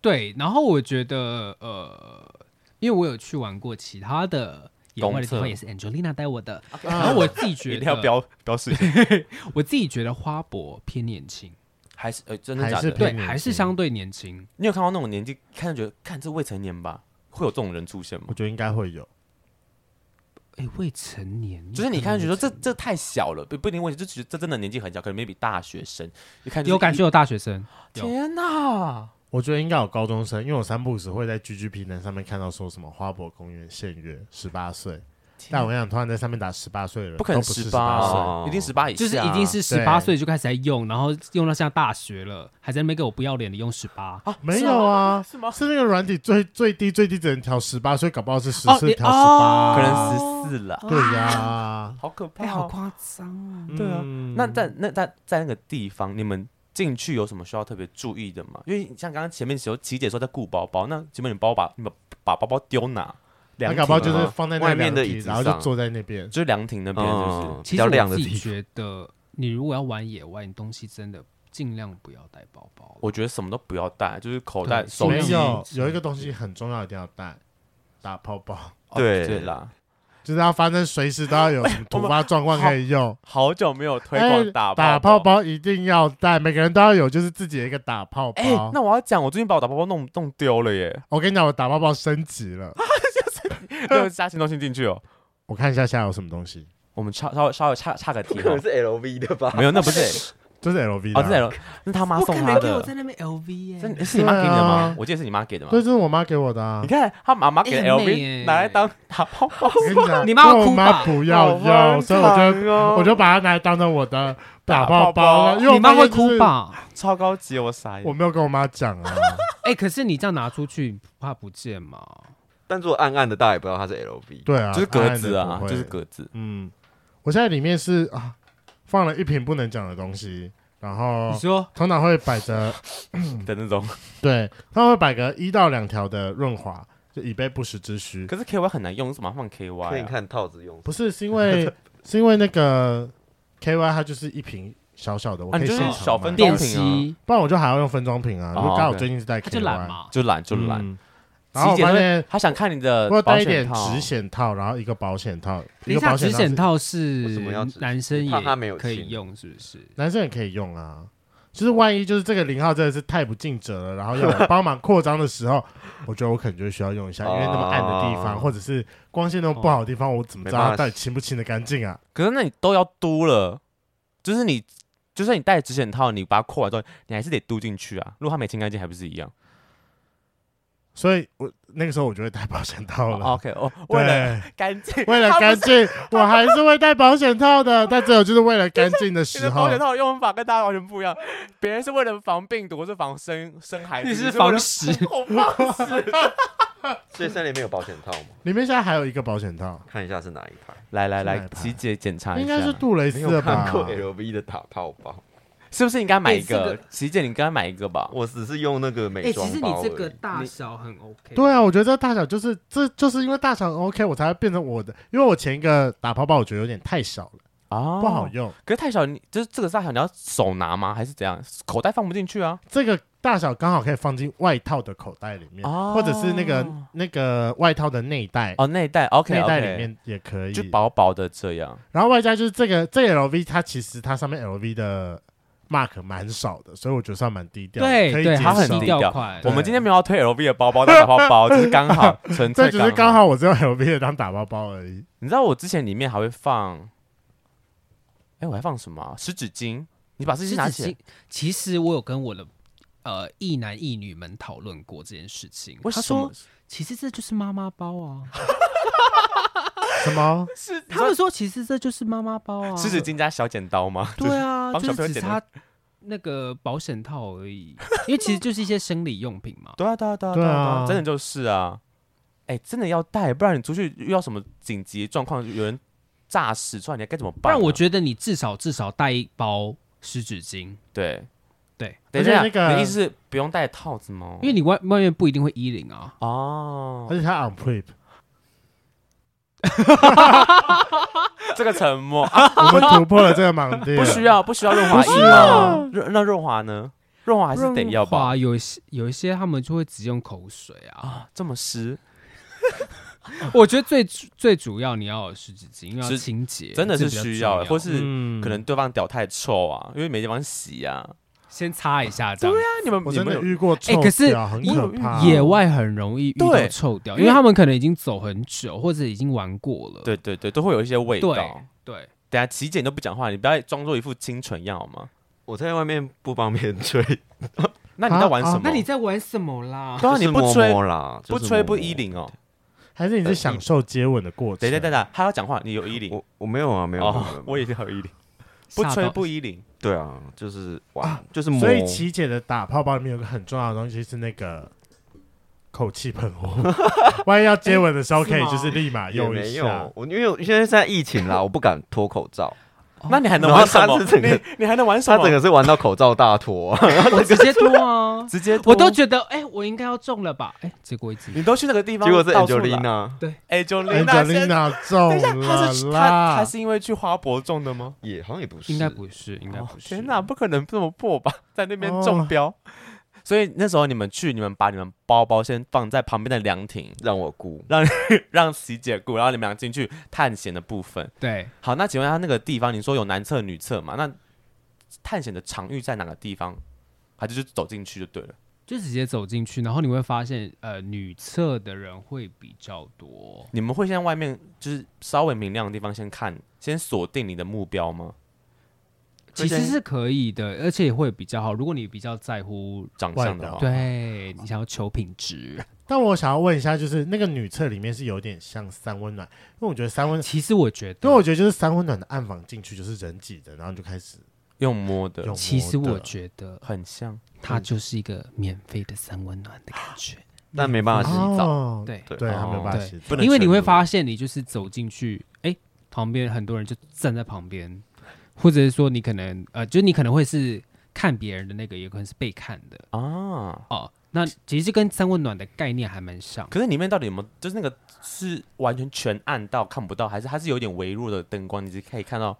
Speaker 3: 对，然后我觉得呃，因为我有去玩过其他的野外的
Speaker 2: 东
Speaker 3: 地
Speaker 2: 侧
Speaker 3: 方，也是 Angelina 带我的，然
Speaker 1: 啊
Speaker 3: 后我自 己
Speaker 2: 一
Speaker 3: 觉
Speaker 2: 定要
Speaker 3: 得，
Speaker 2: 标标示，
Speaker 3: 我自己觉得花博偏年轻，
Speaker 2: 还是呃真的
Speaker 1: 还
Speaker 2: 假
Speaker 1: 是
Speaker 2: 的？
Speaker 1: 偏
Speaker 3: 对，
Speaker 1: 年
Speaker 3: 还是
Speaker 1: 轻
Speaker 3: 相对年轻。
Speaker 2: 你有看到那种年纪看着觉得看这未成年吧，会有这种人出现吗
Speaker 1: 我？觉得应该会有。
Speaker 3: 哎，未成年
Speaker 2: 就是你
Speaker 3: 有可能
Speaker 2: 看，觉得
Speaker 3: 未
Speaker 2: 这
Speaker 3: 成
Speaker 2: 这太小了，不不一定问题，就觉得这真的年纪很小，可能 maybe 大学生，你看就是
Speaker 3: 有感
Speaker 2: 一
Speaker 3: 觉有大学生，有
Speaker 2: 天哪！
Speaker 1: 我觉得应该有高中生，因为我三不五时会在 GG 平台上面看到说什么花博公园限约十八岁，但我想突然在上面打十八岁的人，
Speaker 2: 不可能
Speaker 1: 都不
Speaker 2: 十
Speaker 1: 是
Speaker 2: 八、啊
Speaker 1: 18岁
Speaker 4: 哦
Speaker 2: 一定十八以下、
Speaker 3: 就是已经是十
Speaker 1: 对
Speaker 3: 八岁就开始在用，然后用到像大学了，还在那边给我不要脸的用十八。
Speaker 2: 啊
Speaker 1: 没有啊，
Speaker 2: 是吗？
Speaker 1: 是那个软体最最低最低只能调十八，所以搞不好是十
Speaker 3: 哦
Speaker 1: 次
Speaker 3: 你
Speaker 1: 调十八，
Speaker 3: 哦
Speaker 2: 可能十四了，
Speaker 1: 对呀，
Speaker 2: 好可怕、
Speaker 3: 哎，
Speaker 2: 哦
Speaker 3: 好夸张哦！
Speaker 2: 对啊
Speaker 1: 嗯
Speaker 2: 那在那在在那个地方，你们进去有什么需要特别注意的吗？因为像刚刚前面有琪姐说在顾包包，那请问你包把你们把包包丢哪？
Speaker 1: 那
Speaker 2: 凉
Speaker 1: 搞
Speaker 2: 亭
Speaker 1: 不好就
Speaker 2: 吗
Speaker 1: 是放在那
Speaker 4: 外面
Speaker 1: 凉
Speaker 4: 的
Speaker 1: 亭
Speaker 4: 椅子
Speaker 1: 然后就
Speaker 4: 上
Speaker 1: 坐在那边。
Speaker 2: 就是凉亭那边，就是
Speaker 4: 嗯，
Speaker 3: 其
Speaker 4: 比
Speaker 3: 实
Speaker 4: 较
Speaker 3: 我
Speaker 4: 亮的
Speaker 3: 自己
Speaker 4: 地方，
Speaker 3: 觉得，你如果要玩野外，你东西真的尽量不要带包包。
Speaker 2: 我觉得什么都不要带，就是口袋、
Speaker 3: 对
Speaker 2: 手
Speaker 1: 没
Speaker 2: 机。
Speaker 1: 有有一个东西很重要，一定要带，打泡泡，
Speaker 2: 哦
Speaker 4: 对
Speaker 2: 对 啦，
Speaker 1: 就是要发生随时都要有什么突发状况可以用。
Speaker 2: 好久没有推
Speaker 1: 哎
Speaker 2: 广打
Speaker 1: 打泡。
Speaker 2: 包
Speaker 1: 包一定要带，每个人都要有，就是自己的一个打泡
Speaker 2: 哎、
Speaker 1: 包。
Speaker 2: 那我要讲，我最近把我打包包弄弄丢 了耶，
Speaker 1: 我跟你讲，我打泡泡升级了。
Speaker 2: 又加行动性进去哦。
Speaker 1: 我看一下现在有什么东西，
Speaker 2: 我们差稍微稍微差差个题 哈，
Speaker 4: 是 LV 的吧
Speaker 2: 没有，那不是，
Speaker 1: 这是 LV 的、啊
Speaker 2: 哦，这是 L- 那他妈
Speaker 3: 不
Speaker 2: 送
Speaker 3: 可
Speaker 2: 他
Speaker 3: 能给我在
Speaker 2: 的，
Speaker 3: 那边 LV 耶、
Speaker 2: 是是你妈给你的
Speaker 1: 对啊
Speaker 2: 吗？我记得是你妈给的吗？
Speaker 1: 对，这是我妈给我的、啊
Speaker 2: 你。看他妈妈给的
Speaker 3: 欸很美耶
Speaker 2: LV 拿来当打包包，
Speaker 1: 我跟你 讲，
Speaker 3: 你妈要
Speaker 1: 因为我
Speaker 3: 哭吧
Speaker 1: 妈不 要
Speaker 2: 啊
Speaker 1: 用，所以我就
Speaker 2: 哦
Speaker 1: 我就把它拿来当成我的打泡包
Speaker 2: 打泡包
Speaker 1: 了。因为
Speaker 3: 你
Speaker 1: 我
Speaker 3: 妈
Speaker 1: 发
Speaker 3: 会
Speaker 1: 现就是
Speaker 3: 哭？吧？
Speaker 2: 超高级，我傻眼
Speaker 1: 我。没有跟我妈讲 啊，
Speaker 3: 哎、可是你这样拿出去，你不怕不见吗？
Speaker 4: 但如果暗暗的，大家也不知道它是 LV。
Speaker 1: 对啊，
Speaker 2: 就是格子
Speaker 1: 当然
Speaker 2: 啊
Speaker 1: 不，会
Speaker 2: 就是格子。
Speaker 1: 嗯，我现在里面是啊，放了一瓶不能讲的东西，然后
Speaker 3: 你说
Speaker 1: 通常会摆着
Speaker 2: 的那种，
Speaker 1: 对，他会摆个一到两条的润滑，就以备不时之需。
Speaker 2: 可是 KY 很难用，是马上放 KY
Speaker 4: 可以
Speaker 2: 啊。
Speaker 4: 看套子用
Speaker 1: 不是是因 为是因为那个 K Y 它就是一瓶小小的，我可以
Speaker 2: 啊你就是
Speaker 1: 现场
Speaker 2: 小
Speaker 1: 买
Speaker 2: 分
Speaker 3: 练
Speaker 2: 装瓶啊
Speaker 3: 习，
Speaker 1: 不然我就还要用分装瓶啊。
Speaker 2: 哦
Speaker 1: 因为刚好
Speaker 2: OK
Speaker 1: 最近是在
Speaker 3: 他
Speaker 1: K
Speaker 3: 就
Speaker 1: Y
Speaker 3: 懒，嘛。
Speaker 2: 就懒就懒。
Speaker 1: 嗯。然后我
Speaker 2: 琪姐
Speaker 1: 发
Speaker 2: 会
Speaker 1: 现
Speaker 2: 他想看你的呃
Speaker 1: 我有带
Speaker 2: 保
Speaker 1: 一点
Speaker 2: 险套，
Speaker 1: 纸险套，然后一个保险套，
Speaker 3: 等
Speaker 1: 一
Speaker 3: 一
Speaker 1: 个
Speaker 3: 下，
Speaker 1: 保
Speaker 3: 纸
Speaker 1: 险
Speaker 3: 险
Speaker 1: 套是
Speaker 3: 套是
Speaker 4: 为什么要纸
Speaker 3: 男生
Speaker 4: 怕他没
Speaker 3: 也
Speaker 4: 有
Speaker 3: 可以
Speaker 4: 亲
Speaker 3: 用，是不是？
Speaker 1: 男生也可以用啊。就是万一就是这个零号真的是太不尽责了，然后要我帮忙扩张的时 候，我觉得我可能就需要用一
Speaker 2: 啊
Speaker 1: 下，因为那么暗的地方，
Speaker 4: 哦
Speaker 1: 或者是光线那么不好的地方，我怎么知道
Speaker 4: 没办
Speaker 1: 它
Speaker 4: 法
Speaker 1: 到底清不清的干净啊？
Speaker 2: 可是那你都要嘟了，就是你，就算你戴纸险套，你把它扣完之后，你还是得嘟进去啊。如果它没清干净，还不是一样
Speaker 1: 所以我那个时候我就会戴保险套了。
Speaker 2: 哦？OK，哦，为了
Speaker 1: 对，
Speaker 2: 干净，
Speaker 1: 为了
Speaker 2: 它不
Speaker 1: 干
Speaker 2: 是
Speaker 1: 净， 我还是会戴保险套的， 但只有就是为了干净的
Speaker 2: 你
Speaker 1: 时
Speaker 2: 的
Speaker 1: 候
Speaker 2: 保险。套的用法跟大家完全不 一样，别人是为了防病毒，是防生生孩子，
Speaker 3: 你是
Speaker 2: 为了
Speaker 3: 防屎
Speaker 2: 我防屎。
Speaker 4: 所以森林没有保险套吗？
Speaker 1: 里面现在还有一个保险套，
Speaker 4: 看一下是哪一排。
Speaker 2: 来来
Speaker 1: 是哪
Speaker 2: 来
Speaker 1: 一，排
Speaker 2: 琪姐检查一
Speaker 1: 应
Speaker 2: 下，
Speaker 1: 该是杜蕾
Speaker 4: 没
Speaker 1: 斯
Speaker 4: 有
Speaker 1: 的
Speaker 4: 看
Speaker 1: 吧？
Speaker 4: 过 LV 的打泡包，
Speaker 2: 是不是应该买一
Speaker 3: 哎这
Speaker 2: 个？琪姐，你应该买一个吧？
Speaker 4: 我只是用那个
Speaker 3: 哎、
Speaker 4: 美
Speaker 3: 其
Speaker 4: 妆
Speaker 3: 实你
Speaker 4: 包而已。
Speaker 3: 这个大小很 OK。
Speaker 1: 对啊，，我觉得这大小就是这就是因为大小很 OK，我才会变成我的，因为我前一个打泡泡我觉得有点太小了，
Speaker 2: 啊，
Speaker 1: 哦不好。用。
Speaker 2: 可是太小，你就是这个大小，你要手拿吗？还是怎样？口袋放不进去啊？
Speaker 1: 这个大小刚好可以放进外套的口袋里面，
Speaker 2: 哦
Speaker 1: 或者是那个那个外套的内袋，
Speaker 2: 哦，内袋，OK，
Speaker 1: 内袋里面也可以。
Speaker 2: 就薄薄的这样。
Speaker 1: 然后外加就是这个这个 LV，它其实它上面 LV 的 mark 蛮少的，所以我觉得算蛮低调的，
Speaker 3: 对
Speaker 1: 可以
Speaker 3: 对，
Speaker 1: 接
Speaker 3: 它很
Speaker 1: 受
Speaker 3: 低
Speaker 2: 调
Speaker 3: 调快。
Speaker 2: 我们今天没有要推 LV 的包包当打包包，只是刚好 纯粹
Speaker 1: 这只是刚。好我只有 LV 的当打包包而已。
Speaker 2: 你知道我之前里面还会放，哎，我还放什么啊？湿纸巾。你把湿纸
Speaker 3: 其
Speaker 2: 巾
Speaker 3: 实
Speaker 2: 拿
Speaker 3: 只
Speaker 2: 起来
Speaker 3: 是，其实我有跟我的呃一男一女们讨论过这件事情。
Speaker 2: 为
Speaker 3: 他
Speaker 2: 什么
Speaker 3: 说，？其实这就是妈妈包啊。
Speaker 1: 什么？
Speaker 3: 他们说，其实这就是妈妈包啊。
Speaker 2: 湿纸巾加小剪刀 吗？
Speaker 3: 对啊，
Speaker 2: 帮
Speaker 3: 就
Speaker 2: 小朋友
Speaker 3: 是只
Speaker 2: 剪的
Speaker 3: 差那个保险套 而已，因为其实就是一些生理用品嘛。
Speaker 2: 对啊，对啊，对啊，
Speaker 1: 对啊
Speaker 2: 真的就是啊。哎、真的要带，不然你出去遇到什么紧急状况，有人诈死出来，你该怎么
Speaker 3: 不
Speaker 2: 办啊、
Speaker 3: 然我觉得你至少至少带一包湿纸巾，
Speaker 2: 对
Speaker 3: 对，
Speaker 2: 等一下，
Speaker 1: 而且那个
Speaker 2: 你的意思是不用戴套子吗？
Speaker 3: 因为你外外面不一定会衣领啊。
Speaker 2: 哦，
Speaker 1: 而且他 on prep，
Speaker 2: 这个沉默啊，
Speaker 1: 我们突破了这个盲点。
Speaker 2: 不需要不需要润滑液吗？润那润滑呢？润滑还是得要
Speaker 3: 润
Speaker 2: 吧？
Speaker 3: 滑有一些有一些他们就会只用口水啊。
Speaker 2: 啊，这么湿，啊
Speaker 3: 我觉得最最主要你要有湿纸巾，因为要
Speaker 2: 是
Speaker 3: 清洁，
Speaker 2: 真的
Speaker 3: 这
Speaker 2: 是
Speaker 3: 比较
Speaker 2: 需要，
Speaker 3: 重
Speaker 2: 或是
Speaker 1: 嗯
Speaker 2: 可能对方屌太臭啊，因为没地方洗啊。
Speaker 3: 先擦一下这样。
Speaker 2: 那你们
Speaker 1: 我
Speaker 2: 你
Speaker 1: 真
Speaker 2: 们
Speaker 1: 的
Speaker 2: 有
Speaker 1: 遇过臭
Speaker 3: 哎可是
Speaker 1: 屌很可怕。啊
Speaker 3: 野外很容易遇到
Speaker 2: 对
Speaker 3: 臭掉，
Speaker 2: 因为
Speaker 3: 因为他们可能已经走很久，或者已经玩过了。
Speaker 2: 对对对，都会有一些味
Speaker 3: 对
Speaker 2: 道。
Speaker 3: 对，
Speaker 2: 等下体检都不讲话，你不要装作一副清纯样好吗？
Speaker 4: 我在外面不方便吹，
Speaker 2: 那你在玩
Speaker 1: 啊啊
Speaker 2: 什么？
Speaker 3: 在玩什么啦？
Speaker 2: 对啊，
Speaker 4: 就
Speaker 2: 你
Speaker 4: 是
Speaker 2: 不
Speaker 4: 摸
Speaker 2: 吹
Speaker 4: 摸啦，
Speaker 2: 不
Speaker 4: 就是
Speaker 2: 吹
Speaker 4: 摸
Speaker 2: 不
Speaker 4: 摸
Speaker 2: 衣。领哦。
Speaker 1: 还是你是享受接吻的过程？
Speaker 2: 等一下等一下，他要讲话，你有衣领
Speaker 4: 我我没有啊，没有啊，没有
Speaker 2: 哦，我也是有衣领，不
Speaker 3: 吓
Speaker 2: 吹
Speaker 3: 到
Speaker 2: 不衣领。
Speaker 4: 对啊，就是玩，就是摸。
Speaker 1: 所以琪姐的打泡泡里面有个很重要的东西是那个口气喷壶， 万一要接吻的时候可以就是立 马
Speaker 4: 也
Speaker 1: 用一
Speaker 4: 没
Speaker 1: 下
Speaker 4: 有，。我因为我现在现在疫情啦，我不敢脱口罩，
Speaker 2: 那你还能
Speaker 4: 然后
Speaker 2: 玩什
Speaker 4: 哦他
Speaker 2: 么
Speaker 4: 是？整个
Speaker 2: 你你还能玩什
Speaker 4: 他
Speaker 2: 么？！
Speaker 4: 整个是玩到口罩大脱，
Speaker 3: 我直接脱啊
Speaker 2: 直接
Speaker 3: 我
Speaker 2: 脱
Speaker 3: 都觉得，哎，我应该要中了吧？哎，结果一直
Speaker 2: 你都去那个地方，
Speaker 4: 结果是
Speaker 2: 到处来
Speaker 4: Angelina
Speaker 2: Angelina 先。
Speaker 1: Angelina
Speaker 2: 等一下，
Speaker 1: 中
Speaker 2: 他
Speaker 1: 了
Speaker 2: 是他他
Speaker 1: 啦！
Speaker 2: 是因为去花博中的吗？
Speaker 4: 也好像也不是，
Speaker 3: 应该不是，应该
Speaker 2: 哦
Speaker 3: 不是。
Speaker 2: 天哪，不可能这么破吧？ 在那边
Speaker 1: 哦
Speaker 2: 中标。所以那时候你们去，你们把你们包包先放在旁边的凉亭，
Speaker 4: 让我估。
Speaker 2: 让喜姐顾，然后你们俩进去探险的部分。
Speaker 3: 对，
Speaker 2: 好，那请问他那个地方，你说有男厕、女厕嘛？那探险的场域在哪个地方？还是就走进去就对了？
Speaker 3: 就直接走进去，然后你会发现，呃，女厕的人会比较多。
Speaker 2: 你们会先外面就是稍微明亮的地方先看，先锁定你的目标吗？
Speaker 3: 其
Speaker 4: 会
Speaker 3: 实
Speaker 4: 先
Speaker 3: 是可以的，而且也会比较好。如果你比较在乎，
Speaker 2: 长相的话，
Speaker 3: 对你想要求品质，
Speaker 1: 但我想要问一下，就是那个女厕里面是有点像三温暖，因为我觉得三温，
Speaker 3: 其实我觉
Speaker 1: 因为
Speaker 3: 得，
Speaker 1: 我觉得就是三温暖的暗房进去就是人挤的，然后就开始
Speaker 2: 用摸的
Speaker 1: 用，
Speaker 3: 其实
Speaker 1: 摸
Speaker 3: 我
Speaker 1: 的
Speaker 3: 觉得
Speaker 2: 很像。
Speaker 3: 它就是一个免费的三温暖的感觉。
Speaker 4: 但没办法洗澡，
Speaker 1: 哦
Speaker 3: 对，
Speaker 4: 对
Speaker 1: 对，
Speaker 2: 哦
Speaker 1: 他没有办法洗
Speaker 2: 不
Speaker 1: 澡
Speaker 2: 能
Speaker 3: 因为
Speaker 2: 全
Speaker 3: 你会
Speaker 2: 部
Speaker 3: 发现，你就是走进去，哎、旁边很多人就站在旁边，或者是说你可能呃，就你可能会是看别人的那个，也可能是被看的
Speaker 2: 啊。
Speaker 3: 哦。那其实跟三温暖的概念还蛮像，
Speaker 2: 可是里面到底有没有？就是那个是完全全暗到看不到，还是它是有点微弱的灯光，你只可以看到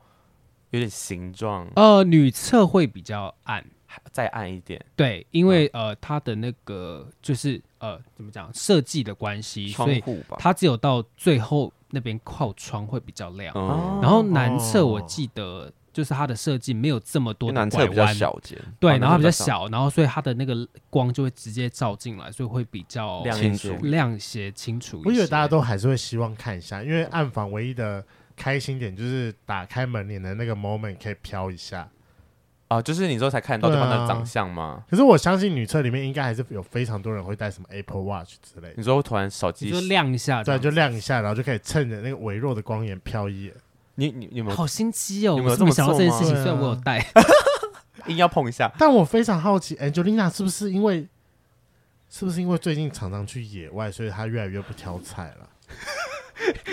Speaker 2: 有点形状，
Speaker 3: 呃，女厕会比较暗，
Speaker 2: 还再暗一点。
Speaker 3: 对，因为、
Speaker 4: 嗯
Speaker 3: 呃，它的那个就是呃，怎么讲设计的关系，
Speaker 4: 窗
Speaker 3: 所以
Speaker 4: 户吧。
Speaker 3: 它只有到最后那边靠窗会比较亮。
Speaker 4: 嗯，
Speaker 3: 然后男
Speaker 1: 哦
Speaker 3: 厕我记得就是它的设计没有这么
Speaker 4: 因
Speaker 3: 多
Speaker 4: 为
Speaker 3: 的
Speaker 4: 男厕
Speaker 3: 拐
Speaker 4: 比较
Speaker 3: 弯
Speaker 4: 小间，
Speaker 3: 对，
Speaker 2: 哦
Speaker 3: 然后它比
Speaker 2: 那就比
Speaker 3: 较
Speaker 2: 较
Speaker 3: 小，然后所以它的那个光就会直接照进来，所以会比较
Speaker 2: 亮
Speaker 4: 清
Speaker 2: 一
Speaker 4: 楚
Speaker 2: 些
Speaker 3: 亮一些、清楚一些。
Speaker 1: 我以为大家都还是会希望看一下，因为暗房唯一的开心点就是打开门帘的那个 moment 可以飘一下。
Speaker 2: 啊，就是你说才看得到对方
Speaker 1: 对
Speaker 2: 的
Speaker 1: 啊
Speaker 2: 长相吗？
Speaker 1: 可是我相信女厕里面应该还是有非常多人会带什么 Apple Watch 之
Speaker 3: 嗯
Speaker 1: 类的，
Speaker 2: 你说突然手
Speaker 3: 你
Speaker 2: 机
Speaker 3: 就，亮一下
Speaker 1: 对，
Speaker 3: 这
Speaker 1: 啊
Speaker 3: 样，
Speaker 1: 就亮一下，然后就可以趁着那个微弱的光源飘一眼。
Speaker 2: 你你你们
Speaker 3: 好心机哦！
Speaker 2: 你们有
Speaker 3: 我
Speaker 2: 这
Speaker 3: 这
Speaker 2: 么
Speaker 3: 么想到
Speaker 2: 做
Speaker 3: 这件
Speaker 2: 吗
Speaker 3: 事情，
Speaker 1: 对啊
Speaker 3: 虽然我有带，
Speaker 2: 硬要碰一下，
Speaker 1: 但我非常好奇，Angelina 是不是因为是不是因为最近常常去野外，所以她越来越不挑菜了？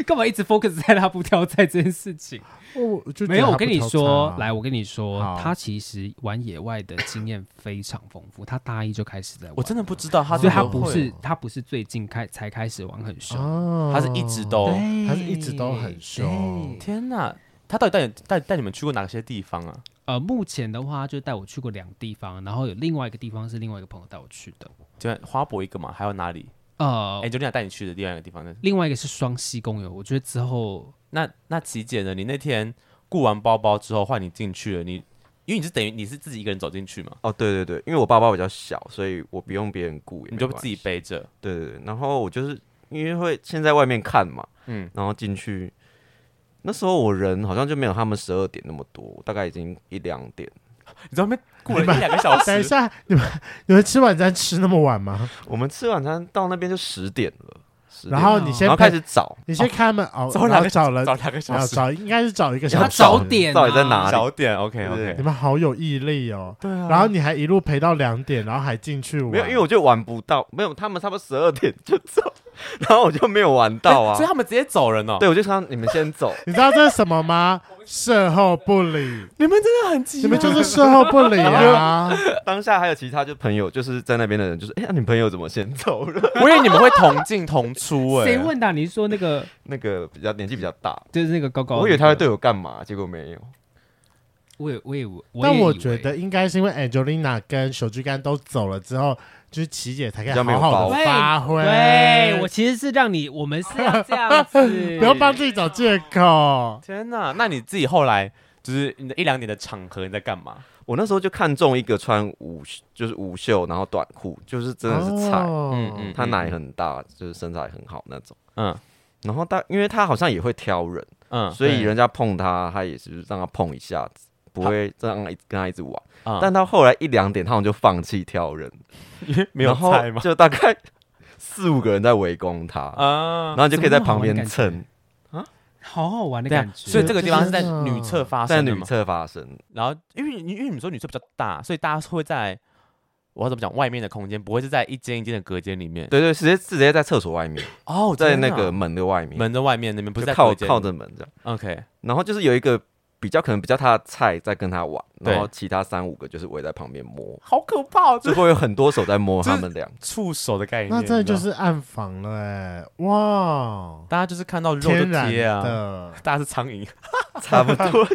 Speaker 3: 干嘛一直 focus 在他不挑菜这件事 情？
Speaker 1: 我我就觉得
Speaker 3: 没有，
Speaker 1: 她
Speaker 3: 我
Speaker 1: 不
Speaker 3: 跟你
Speaker 1: 挑菜
Speaker 3: 说
Speaker 1: 啊，
Speaker 3: 来，我跟你说
Speaker 1: 好，
Speaker 3: 他其实玩野外的经验非常丰富，他大一就开始在玩，
Speaker 2: 我真的不知道他
Speaker 3: 所
Speaker 2: 怎
Speaker 3: 以他
Speaker 2: 么
Speaker 3: 不
Speaker 2: 会，
Speaker 3: 是他不是最近开才开始玩很凶，
Speaker 1: 哦，
Speaker 2: 他是一直都
Speaker 3: 对
Speaker 1: 他是一直都很凶
Speaker 3: 对
Speaker 2: 天哪！他到底带你带带你们去过哪些地方啊？
Speaker 3: 呃，目前的话就带我去过两个地方，然后有另外一个地方是另外一个朋友带我去的。
Speaker 2: 就花博一个嘛，还有哪里？
Speaker 3: 呃，
Speaker 2: 哎，就那带你去的另外一个地方呢？
Speaker 3: 另外一个是双溪公园，我觉得之后
Speaker 2: 那那琪姐呢？你那天顾完包包之后换你进去了，你因为你是等于你是自己一个人走进去嘛，
Speaker 4: 哦，对对对，因为我包包比较小，所以我不用别人顾，也
Speaker 2: 你就
Speaker 4: 没关
Speaker 2: 自己
Speaker 4: 系。
Speaker 2: 背着。
Speaker 4: 对对对，然后我就是因为会先在外面看嘛，
Speaker 2: 嗯，
Speaker 4: 然后进去，那时候我人好像就没有他们十二点那么多，大概已经一两点。
Speaker 2: 你在外面过了一两个小
Speaker 1: 等一
Speaker 2: 时，
Speaker 1: 下，你们你们吃晚餐吃那么晚吗？
Speaker 4: 我们吃晚餐到那边就十点了，10点
Speaker 1: 然后你先
Speaker 4: 然后开
Speaker 1: 陪
Speaker 4: 始找，
Speaker 1: 你先开门哦，
Speaker 2: 找
Speaker 1: 然
Speaker 2: 两
Speaker 1: 后
Speaker 2: 个
Speaker 1: 找了
Speaker 2: 找两个小
Speaker 1: 啊
Speaker 2: 时，
Speaker 1: 找应该是找一个
Speaker 3: 想
Speaker 1: 小
Speaker 3: 要
Speaker 1: 时。
Speaker 3: 早点、啊，
Speaker 4: 到底在哪里
Speaker 2: 小点。OK
Speaker 4: 对
Speaker 2: OK，
Speaker 1: 你们好有毅力哦。
Speaker 2: 对啊
Speaker 1: 然后你还一路陪到两点，然后还进去玩。
Speaker 4: 没有，因为我就玩不到，没有，他们差不多十二点就走， 然后我就没有玩到啊
Speaker 1: 哎
Speaker 2: 所以。他们直接走人哦。
Speaker 4: 对，，我就看你们先走，
Speaker 1: 你知道这是什么吗？事后不理，
Speaker 2: 你们真的很急啊，
Speaker 1: 你们就是事后不理啊！
Speaker 4: 当下还有其他就朋友，就是在那边的人，就是哎呀，你朋友怎么先走了？
Speaker 2: 我以为你们会同进同 出哎。
Speaker 3: 谁问的啊？你是说那个
Speaker 4: 那个比较年纪比较大，
Speaker 3: 就是那个高
Speaker 1: 啊
Speaker 3: 高的那个，
Speaker 4: 我以为他会对我干嘛，结果没有。
Speaker 3: 我也我也我也以为，
Speaker 1: 但我觉得应该是因为 Angelina 跟手剧干都走了之后，就是琪姐才可以
Speaker 4: 比较没有
Speaker 1: 好好的
Speaker 3: 对
Speaker 1: 发挥。
Speaker 3: 对我其实是让你，我们是要这样子，
Speaker 1: 不要帮自己找借口。
Speaker 2: 天哪，那你自己后来就是你的一两点的场合你在干嘛？
Speaker 4: 我那时候就看中一个穿无就是无袖，然后短裤，就是真的是菜，
Speaker 1: 哦
Speaker 2: 嗯嗯
Speaker 4: 他奶很大，就是身材很好那种。
Speaker 2: 嗯
Speaker 4: 然后他因为他好像也会挑人，
Speaker 2: 嗯
Speaker 4: 所以
Speaker 1: 对
Speaker 4: 人家碰他，他也是让他碰一下子，不会这样一跟他一直玩。
Speaker 2: 嗯，
Speaker 4: 但到后来一两点，他们就放弃挑人，
Speaker 2: 没有
Speaker 4: 然后
Speaker 2: 菜吗？
Speaker 4: 就大概四五个人在围攻他，
Speaker 2: 啊
Speaker 4: 然，后就可以在旁
Speaker 3: 怎么那么好玩的感觉
Speaker 4: 边蹭，
Speaker 3: 好好玩的
Speaker 2: 对
Speaker 3: 感
Speaker 2: 啊，
Speaker 3: 觉。
Speaker 2: 所以这个地方是在
Speaker 1: 真的
Speaker 2: 女厕发
Speaker 4: 在
Speaker 2: 啊生的
Speaker 4: 女
Speaker 2: 嘛？
Speaker 4: 厕发生。
Speaker 2: 然后因为你因为你说女厕比较大，所以大家会在我要怎么讲外面的空间，不会是在一间一间的隔间里面。
Speaker 4: 对对，直接直接在厕所外面，
Speaker 2: 哦，
Speaker 4: 在
Speaker 2: 天
Speaker 4: 那
Speaker 2: 哪
Speaker 4: 个门的外面，
Speaker 2: 门的外面那边，不是
Speaker 4: 就
Speaker 2: 在
Speaker 4: 靠
Speaker 2: 隔间
Speaker 4: 靠着门这样。
Speaker 2: OK，
Speaker 4: 然后就是有一个比较可能比较他的菜在跟他玩，
Speaker 2: 对
Speaker 4: 然后其他三五个就是围在旁边摸，
Speaker 2: 好可怕哦，
Speaker 4: 最后有很多手在摸他们俩。
Speaker 2: 触手的概念，
Speaker 1: 那真的
Speaker 2: 你知道
Speaker 1: 就
Speaker 2: 吗
Speaker 1: 是暗访了、欸，哇，
Speaker 2: 大家就是看到肉就
Speaker 1: 天然
Speaker 2: 接啊，
Speaker 1: 的，
Speaker 2: 大家是苍蝇，
Speaker 4: 差不多。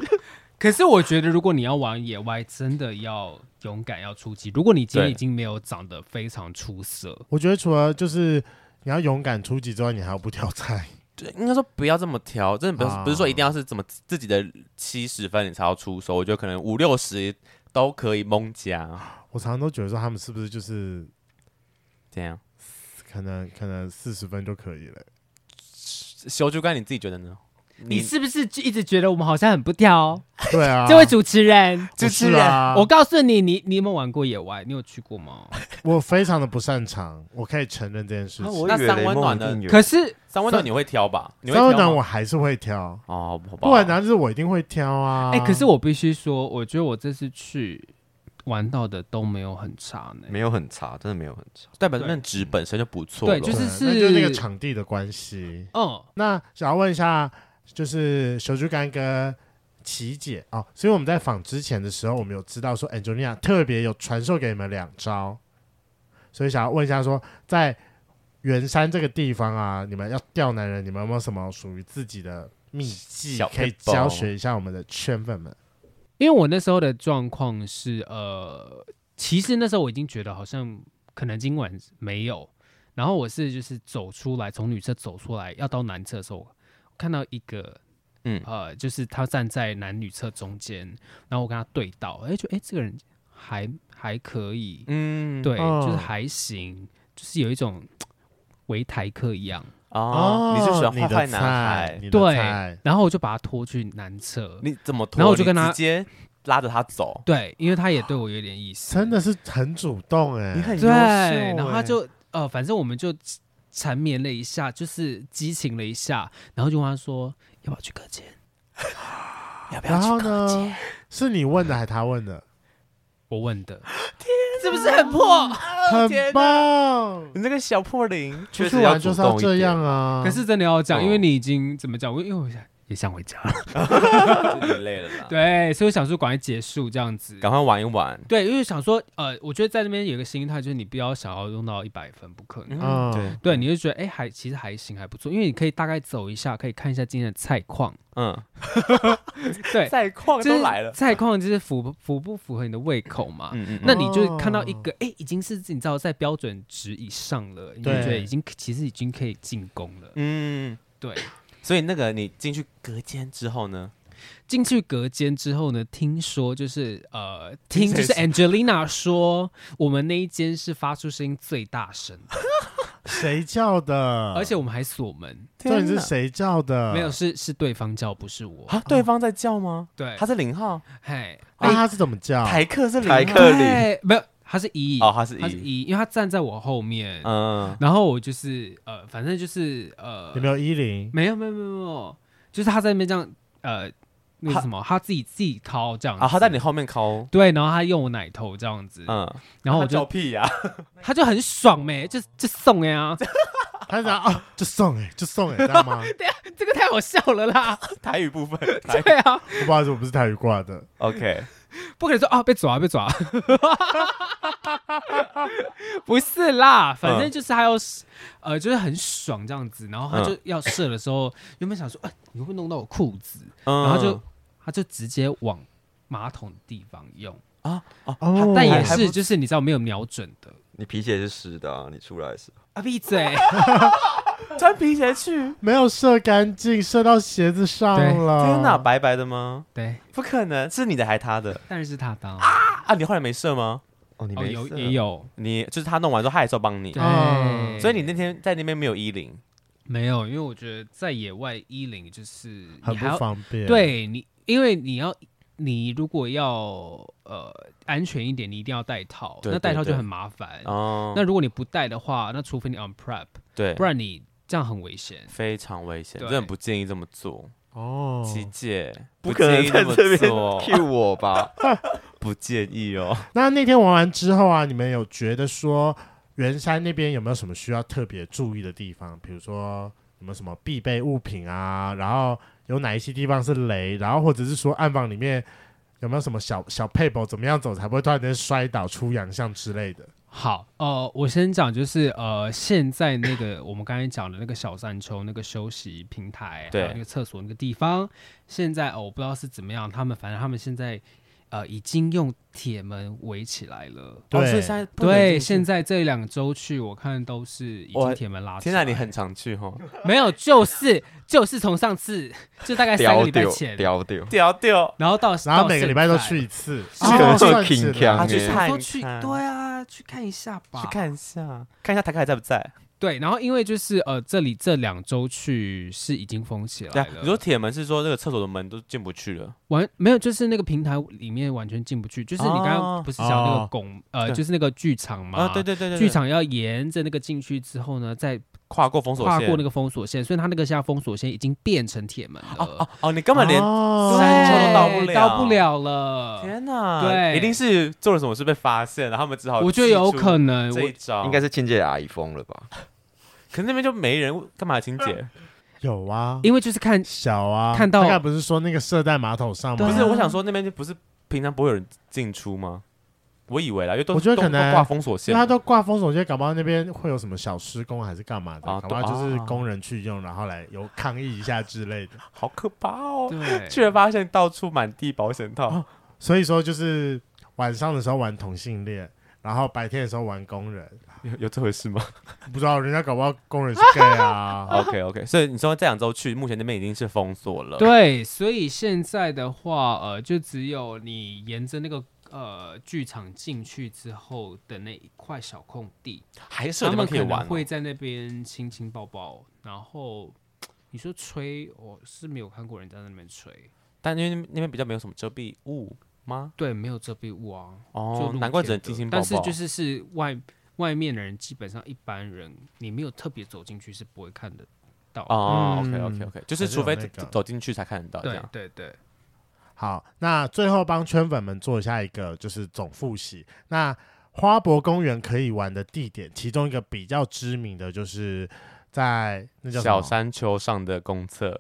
Speaker 3: 可是我觉得，如果你要玩野外，真的要勇敢，要出击。如果你今天
Speaker 2: 对
Speaker 3: 已经没有长得非常出色，
Speaker 1: 我觉得除了就是你要勇敢出击之外，你还要不挑菜。
Speaker 2: 对，应该说不要这么挑，真的不是、
Speaker 1: 啊
Speaker 2: 不是说一定要是怎么自己的七十分你才要出手，我觉得可能五六十都可以蒙加，
Speaker 1: 我常常都觉得说他们是不是就是
Speaker 2: 这样。
Speaker 1: 可能可能四十分就可以 了。
Speaker 2: 修竹干你自己觉得呢？
Speaker 3: 你是不是就一直觉得我们好像很不挑？
Speaker 1: 对啊，
Speaker 3: 这位主持人，
Speaker 1: 主持人，
Speaker 3: 我
Speaker 1: 我
Speaker 3: 告诉你，你你有没有玩过野外？你有去过吗？
Speaker 1: 我非常的不擅长，我可以承认这件
Speaker 3: 啊
Speaker 1: 事情。
Speaker 2: 那三温暖的
Speaker 3: 可
Speaker 4: 是
Speaker 3: 是
Speaker 2: 三温暖你会挑吧？你会
Speaker 1: 三温
Speaker 2: 挑
Speaker 1: 暖
Speaker 2: 吗
Speaker 1: 我还是会挑，
Speaker 2: 哦，好吧
Speaker 1: 不然哪就是我一定会挑啊。
Speaker 3: 哎、可是我必须说，我觉得我这次去玩到的都没有很差呢。
Speaker 4: 没有很差，真的没有很差。
Speaker 2: 代表那纸本身就不错了。
Speaker 3: 对就是
Speaker 1: 对那就是那个
Speaker 3: 是
Speaker 1: 场地的关系。
Speaker 3: 嗯，
Speaker 1: 那想要问一下，就是手珠干跟琪姐哦，所以我们在访之前的时候，我们有知道说 Angelina 特别有传授给你们两招，所以想要问一下说，在圆山这个地方啊，你们要钓男人，你们有没有什么属于自己的秘技
Speaker 2: 小
Speaker 1: 可以
Speaker 2: paper
Speaker 1: 教学一下我们的圈粉们？
Speaker 3: 因为我那时候的状况是，呃，其实那时候我已经觉得好像可能今晚没有，然后我是就是走出来，从女厕走出来要到男厕的时候，我看到一个，
Speaker 2: 嗯
Speaker 3: 呃，就是他站在男女厕中间，然后我跟他对到，哎、就哎、这个人还还可以，
Speaker 2: 嗯，
Speaker 3: 对，
Speaker 1: 哦
Speaker 3: 就是还行，就是有一种围台客一样，
Speaker 2: 哦，你是喜欢
Speaker 1: 你
Speaker 2: 坏
Speaker 1: 的
Speaker 2: 坏男
Speaker 1: 菜，
Speaker 2: 孩？
Speaker 1: 你的
Speaker 3: 对
Speaker 1: 菜，，
Speaker 3: 然后我就把他拖去男厕，
Speaker 2: 你怎么拖？
Speaker 3: 然后我就跟
Speaker 2: 你
Speaker 3: 他
Speaker 2: 直接拉着他走，
Speaker 3: 对，因为他也对我有点意思，
Speaker 1: 真的是很主动哎、
Speaker 2: 你很优秀
Speaker 3: 对，
Speaker 2: 欸。
Speaker 3: 然后 他就呃，反正我们就缠绵了一下，就是激情了一下，然后就问他说要不要去隔间，要不要
Speaker 1: 然后
Speaker 3: 去隔间
Speaker 1: 呢？，是你问的还是他问的？
Speaker 3: 我问的， 是不是很破？
Speaker 1: 很棒。
Speaker 2: 你这个小破零，
Speaker 1: 出
Speaker 4: 确
Speaker 1: 去
Speaker 4: 实要
Speaker 1: 玩就
Speaker 4: 主
Speaker 1: 是要
Speaker 4: 动一
Speaker 1: 这
Speaker 4: 点
Speaker 1: 样。啊。
Speaker 3: 可是真的要讲，
Speaker 4: 哦
Speaker 3: 因为你已经怎么讲？我因为我想也想回家了，
Speaker 2: 有点累了 啦。，
Speaker 3: 对，所以我想说赶快结束这样子。
Speaker 2: 赶快玩一玩。
Speaker 3: 对，因为想说，呃，我觉得在那边有一个心态，就是你不要想要用到一百分，不可能。
Speaker 1: 嗯
Speaker 2: 嗯，对，
Speaker 3: 对，你就觉得哎、还其实还行，还不错，因为你可以大概走一下，可以看一下今天的菜况。
Speaker 2: 嗯，
Speaker 3: 对，
Speaker 2: 赛况
Speaker 3: 就是
Speaker 2: 都来了。
Speaker 3: 菜况就是符不符不符合你的胃口嘛？
Speaker 2: 嗯嗯，
Speaker 3: 那
Speaker 2: 那
Speaker 3: 你就看到一个，哎、已经是你知道在标准值以上了，你就
Speaker 1: 对
Speaker 3: 觉得已经其实已经可以进攻了。
Speaker 2: 嗯，
Speaker 3: 对，
Speaker 2: 所以那个你进去隔间之后呢，
Speaker 3: 进去隔间之后呢，听说就是呃，听
Speaker 2: 谁
Speaker 3: 就是 Angelina 说，我们那一间是发出声音最大声的，
Speaker 1: 谁叫
Speaker 2: 嗯
Speaker 1: 的？
Speaker 3: 而且我们还锁门，
Speaker 1: 到底
Speaker 2: 天
Speaker 1: 是
Speaker 2: 哪
Speaker 1: 谁叫的？啊
Speaker 3: 没
Speaker 2: 嗯
Speaker 3: 有，是是对方叫，不是我。
Speaker 2: 啊？对方在叫吗？
Speaker 3: 对，
Speaker 2: 他是零号，
Speaker 3: 嘿，
Speaker 1: 那
Speaker 3: 哎
Speaker 1: 他是怎么叫？
Speaker 2: 台客是零
Speaker 4: 台
Speaker 2: 号
Speaker 4: 客零
Speaker 3: 对，没有，他是一，
Speaker 2: 哦，他是
Speaker 3: 哎他是
Speaker 2: 一，
Speaker 3: 一，因为他站在我后面，
Speaker 2: 嗯，
Speaker 3: 然后我就是呃，反正就是呃，
Speaker 1: 有没有一零？
Speaker 3: 没有没有没有没有，就是他在那边这样呃，那个
Speaker 2: 他
Speaker 3: 什么，他自己自己掏这样子
Speaker 2: 啊，他在你后面敲，
Speaker 3: 对，然后他用我奶头这样子，
Speaker 2: 嗯，
Speaker 3: 然后我
Speaker 2: 他叫
Speaker 3: 就欸
Speaker 2: 屁呀，
Speaker 3: 他就很爽没、就就送哎啊，
Speaker 1: 他讲啊，就送哎、就送哎、知道吗？
Speaker 3: 这个太好笑了啦！
Speaker 2: 台语部分，台语
Speaker 3: 对啊，
Speaker 1: 我不好意思，我不是台语挂的。
Speaker 2: OK，
Speaker 3: 不可能说啊被抓被抓， 不是啦，反正就是他要、呃就是很爽这样子，然后他就要射的时候，原本想说哎、你会不会弄到我裤子，
Speaker 2: 嗯
Speaker 3: 然后就他就直接往马桶的地方用，
Speaker 2: 啊啊，
Speaker 1: 哦
Speaker 3: 但也
Speaker 2: 还不
Speaker 3: 是就是你知道没有瞄准的
Speaker 4: 你皮鞋是湿的啊，你出来的时候，
Speaker 3: 啊闭嘴，
Speaker 2: 穿皮鞋去，天
Speaker 1: 没有射干净，射到鞋子上
Speaker 3: 对
Speaker 1: 了。
Speaker 2: 哪，白白的吗？
Speaker 3: 对，
Speaker 2: 不可能，是你的还他的
Speaker 3: 但是他当
Speaker 2: 啊？你后来没射吗？
Speaker 4: 哦，你
Speaker 3: 哦
Speaker 4: 没
Speaker 3: 有
Speaker 4: 事啊
Speaker 3: 也，有
Speaker 2: 你就是他弄完之后，他还是有帮你
Speaker 3: 对，，
Speaker 1: 哦
Speaker 2: 嗯所以你那天在那边没有衣领，
Speaker 3: 没有，因为我觉得在野外衣领就是
Speaker 1: 很
Speaker 3: 你
Speaker 1: 不
Speaker 3: 还要
Speaker 1: 方便。，
Speaker 3: 对你，因为你要你如果要呃安全一点，你一定要带套，
Speaker 2: 对
Speaker 3: 那
Speaker 2: 对
Speaker 3: 带套就
Speaker 2: 对
Speaker 3: 很麻烦。
Speaker 2: 哦，
Speaker 3: 那如果你不带的话，那除非你 on prep，
Speaker 2: 对
Speaker 3: 不，然你这样很危险。
Speaker 2: 非常危险，
Speaker 3: 对
Speaker 2: 真的不建议这么做。
Speaker 1: 哦，
Speaker 2: 琪姐，
Speaker 4: 不可能
Speaker 2: 建议
Speaker 4: 在
Speaker 2: 么
Speaker 4: 这边
Speaker 2: 做
Speaker 4: cue 我吧？
Speaker 2: 不建议哦。
Speaker 1: 那那天玩完之后啊，你们有觉得说圆山那边有没有什么需要特别注意的地方？比如说有没有什么必备物品啊？然后有哪一些地方是雷？然后或者是说暗房里面有没有什么小小配宝，怎么样走才不会突然间摔倒出洋相之类的？
Speaker 3: 好，呃，我先讲就是呃，现在那个我们刚才讲的那个小山丘那个休息平台，还
Speaker 2: 对
Speaker 3: 有那个厕所那个地方，现在哦，我不知道是怎么样，他们反正他们现在呃已经用铁门围起来了。
Speaker 1: 对
Speaker 2: 哦所以现在不能进
Speaker 3: 对，
Speaker 2: 去
Speaker 3: 现在这两周去，我看都是已
Speaker 2: 哇
Speaker 3: 经铁门拉起
Speaker 2: 天
Speaker 3: 来。
Speaker 2: 哪，你很常去哦，
Speaker 3: 没有，就是就是从上次就大概三个
Speaker 4: 屌
Speaker 3: 礼拜
Speaker 4: 丢
Speaker 3: 前，
Speaker 4: 屌丢，
Speaker 2: 屌屌，
Speaker 3: 然后到
Speaker 1: 然后每个礼拜都
Speaker 3: 到现
Speaker 1: 去一次，
Speaker 4: 是有时候
Speaker 1: 哦算起
Speaker 3: 哦
Speaker 1: 来
Speaker 4: king kang
Speaker 2: 他
Speaker 4: 啊
Speaker 2: 去
Speaker 3: 在，想
Speaker 2: 看
Speaker 3: 说
Speaker 2: 一
Speaker 3: 去
Speaker 2: 看
Speaker 3: 对啊，去看一下吧，
Speaker 2: 去看一下，看一下台凯还在不在。
Speaker 3: 对，然后因为就是呃，这里这两周去是已经封起
Speaker 2: 对
Speaker 3: 来
Speaker 2: 啊，
Speaker 3: 了，
Speaker 2: 你说铁门是说那个厕所的门都进不去了，
Speaker 3: 完没有，就是那个平台里面完全进不去，就是你刚
Speaker 2: 哦
Speaker 3: 刚不是讲那个
Speaker 1: 哦
Speaker 3: 拱、呃，
Speaker 2: 对
Speaker 3: 就是那个剧场嘛，
Speaker 2: 啊，对对对对，对
Speaker 3: 剧场要沿着那个进去之后呢，再
Speaker 2: 跨过封锁
Speaker 3: 跨
Speaker 2: 线，
Speaker 3: 过那个封锁线，所以它那个现在封锁线已经变成铁门了，
Speaker 2: 哦哦，你根本连
Speaker 1: 哦
Speaker 2: 山丘都到不了
Speaker 3: 对到不了了，
Speaker 2: 天哪，
Speaker 3: 对
Speaker 2: 一定是做了什么事被发现，然后他们只好
Speaker 3: 我觉得有可
Speaker 2: 能
Speaker 3: 能，
Speaker 2: 这
Speaker 3: 我
Speaker 2: 一招，
Speaker 4: 应该，是亲姐的阿姨疯了吧？
Speaker 2: 可是那边就没人，干嘛清 姐？
Speaker 1: 有啊，
Speaker 3: 因为就是看
Speaker 1: 小啊，
Speaker 3: 看到
Speaker 1: 大概不是说那个射在马桶上吗？
Speaker 3: 对啊
Speaker 2: 不是，我想说那边就不是平常不会有人进出吗？我以为啦，因为都
Speaker 1: 我觉得
Speaker 2: 都
Speaker 1: 可能
Speaker 2: 都挂封锁线
Speaker 1: 因为
Speaker 2: 了，
Speaker 1: 他都挂封锁线，搞不好那边会有什么小施工还是干嘛的，
Speaker 2: 哦
Speaker 1: 搞不好就是
Speaker 2: 哦
Speaker 1: 工人去用，然后来有抗议一下之类的。
Speaker 2: 好可怕哦！
Speaker 3: 对，
Speaker 2: 居然发现到处满地保险套
Speaker 1: 哦，所以说就是晚上的时候玩同性恋，然后白天的时候玩工人，
Speaker 2: 有有这回事吗
Speaker 1: 不知道人家搞不好工人是 gay 啊。
Speaker 2: ？OK OK，所以你说这两周去，目前那边已经是封锁了，
Speaker 3: 对，啊所以现在的话，呃，就只有你沿着那个呃剧场进去之后的那一块小空地，
Speaker 2: 还是有地
Speaker 3: 他们
Speaker 2: 方可以
Speaker 3: 可
Speaker 2: 玩
Speaker 3: 能
Speaker 2: 哦。
Speaker 3: 会在那边亲亲抱抱，然后。你说吹，我是没有看过人家在那边吹，
Speaker 2: 但因为那边那边比较没有什么遮蔽物吗？
Speaker 3: 对，没有遮蔽物啊，就
Speaker 2: 哦
Speaker 3: 露，
Speaker 2: 难怪
Speaker 3: 天
Speaker 2: 只能
Speaker 3: 的
Speaker 2: 亲亲抱抱。
Speaker 3: 但是就是是外外面的人，基本上一般人，你没有特别走进去是不会看得到。
Speaker 2: 哦
Speaker 1: 嗯
Speaker 2: ，OK OK OK，就是
Speaker 1: 还是
Speaker 2: 除
Speaker 1: 有
Speaker 2: 非
Speaker 1: 那
Speaker 2: 走
Speaker 1: 个
Speaker 2: 走进去才看得到这
Speaker 3: 对
Speaker 2: 样。
Speaker 3: 对对，
Speaker 1: 好，那最后帮圈粉们做一下一个就是总复习。那花博公园可以玩的地点，其中一个比较知名的就是在那叫什
Speaker 2: 小
Speaker 1: 么
Speaker 2: 山丘上的公厕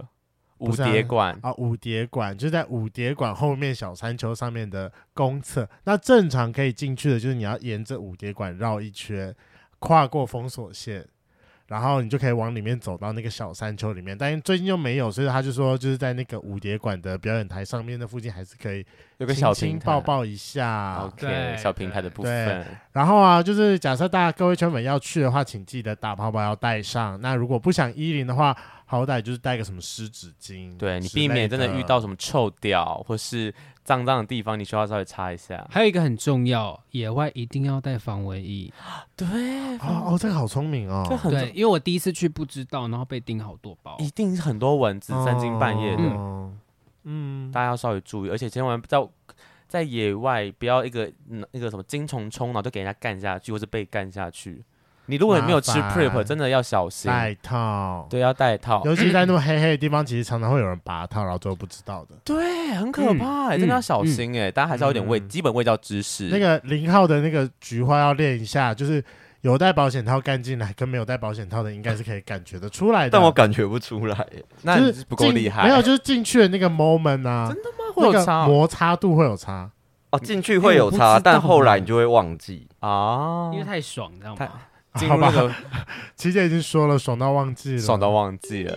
Speaker 1: 不
Speaker 2: 蝴
Speaker 1: 是啊
Speaker 2: 蝶馆，
Speaker 1: 啊，五蝶馆就是在五蝶馆后面小山丘上面的公厕。那正常可以进去的，就是你要沿着五蝶馆绕一圈，跨过封锁线，然后你就可以往里面走到那个小山丘里面。但是最近又没有，所以他就说，就是在那个五蝶馆的表演台上面那附近，还是可以
Speaker 2: 有个
Speaker 1: 亲
Speaker 2: 小
Speaker 1: 亲
Speaker 2: 平
Speaker 1: 抱
Speaker 2: 台。
Speaker 1: 抱一下。
Speaker 2: OK，
Speaker 3: 对
Speaker 2: 小平台的部分，
Speaker 1: 然后啊，就是假设大家各位圈粉要去的话，请记得打泡泡要带上。那如果不想衣领的话，好歹就是带个什么湿纸巾之类，
Speaker 2: 对你避免真的遇到什么臭屌或是脏脏的地方，你需要稍微擦一下。
Speaker 3: 还有一个很重要，野外一定要带防蚊衣。
Speaker 2: 对，
Speaker 1: 哦哦，这个好聪明 哦，
Speaker 2: 这很
Speaker 3: 对，因为我第一次去不知道，然后被叮好多包。
Speaker 2: 一定是很多蚊子三更半夜的，
Speaker 1: 嗯嗯，
Speaker 2: 大家要稍微注意，而且千万不要在野外不要一个嗯那个什么精虫冲脑就给人家干下去，或是被干下去。你如果没有吃
Speaker 1: 麻烦
Speaker 2: prep，真的要小心。
Speaker 1: 戴套，
Speaker 2: 对，要戴套。
Speaker 1: 尤其在那么黑黑的地方，其实常常会有人拔套，然后最后不知道的。
Speaker 2: 对，很可
Speaker 3: 嗯
Speaker 2: 怕、欸，真的要小心哎、大家还是要有点卫、
Speaker 1: 嗯
Speaker 2: 基本卫教知识。
Speaker 1: 那个零号的那个菊花要练一下，就是有带保险套干进来，跟没有带保险套的应该是可以感觉得出来的。
Speaker 4: 但我感觉不出来耶。
Speaker 2: 那
Speaker 1: 就
Speaker 2: 你
Speaker 1: 是
Speaker 2: 就是不够
Speaker 1: 进
Speaker 2: 厉害，
Speaker 1: 没有，就是进去的那个 moment 啊，
Speaker 2: 真的吗？会
Speaker 1: 那
Speaker 2: 有
Speaker 1: 个
Speaker 2: 差哦
Speaker 1: 摩擦度会有差。
Speaker 4: 哦，进去会有
Speaker 3: 哎我
Speaker 4: 差，
Speaker 3: 不知道
Speaker 4: 但后来你就会忘记。
Speaker 2: 啊
Speaker 3: 因？为太爽，你知道
Speaker 2: 太
Speaker 3: 吗？
Speaker 2: 进
Speaker 1: 好
Speaker 2: 入那
Speaker 1: 吧，
Speaker 2: 个
Speaker 1: 琪姐已经说了，爽到忘记了，
Speaker 2: 爽到忘记了。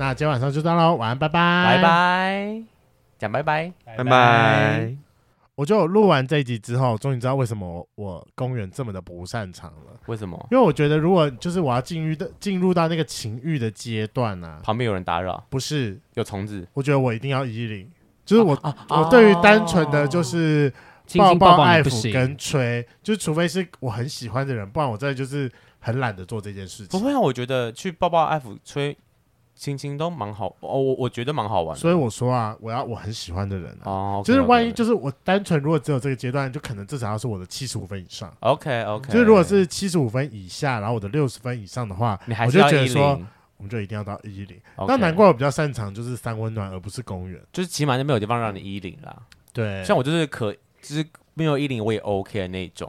Speaker 1: 那今天晚上就这样喽，晚安，拜拜，
Speaker 2: 拜。拜，讲拜拜。
Speaker 4: 拜拜。
Speaker 1: 我就录完这一集之后，终于知道为什么我我公园这么的不擅长了，
Speaker 2: 为什么
Speaker 1: 因为我觉得如果就是我要进入的进入到那个情欲的阶段啊，
Speaker 2: 旁边有人打扰？
Speaker 1: 不是，
Speaker 2: 有虫子？
Speaker 1: 我觉得我一定要一零，就是我、
Speaker 2: 哦
Speaker 1: 我对于单纯的就是
Speaker 3: 亲
Speaker 1: 抱
Speaker 3: 亲抱
Speaker 1: 爱
Speaker 3: 你不
Speaker 1: 抚跟
Speaker 3: 行，
Speaker 1: 吹，就是除非是我很喜欢的人，不然我真的就是很懒得做这件事
Speaker 2: 不
Speaker 1: 情。
Speaker 2: 会啊，我觉得去抱抱爱抚吹亲亲都蛮好哦，我我觉得蛮好玩的。
Speaker 1: 所以我说啊，我要我很喜欢的人啊，
Speaker 2: 哦，
Speaker 1: 就是万一就是我单纯如果只有这个阶段，就可能至少要是我的七十五分以上。
Speaker 2: OK OK，
Speaker 1: 嗯就是如果是七十五分以下，然后我的六十分以上的话，
Speaker 2: 你还
Speaker 1: 我
Speaker 2: 是
Speaker 1: 就
Speaker 2: 要
Speaker 1: 觉得
Speaker 2: 一
Speaker 1: 说
Speaker 2: 零，
Speaker 1: 我们就一定要到一零。
Speaker 2: OK
Speaker 1: 那难怪我比较擅长就是三温暖，而不是公园。
Speaker 2: 就是起码就没有地方让你一零啦。
Speaker 1: 对，
Speaker 2: 像我就是可就是没有一零我也 OK 的那一种，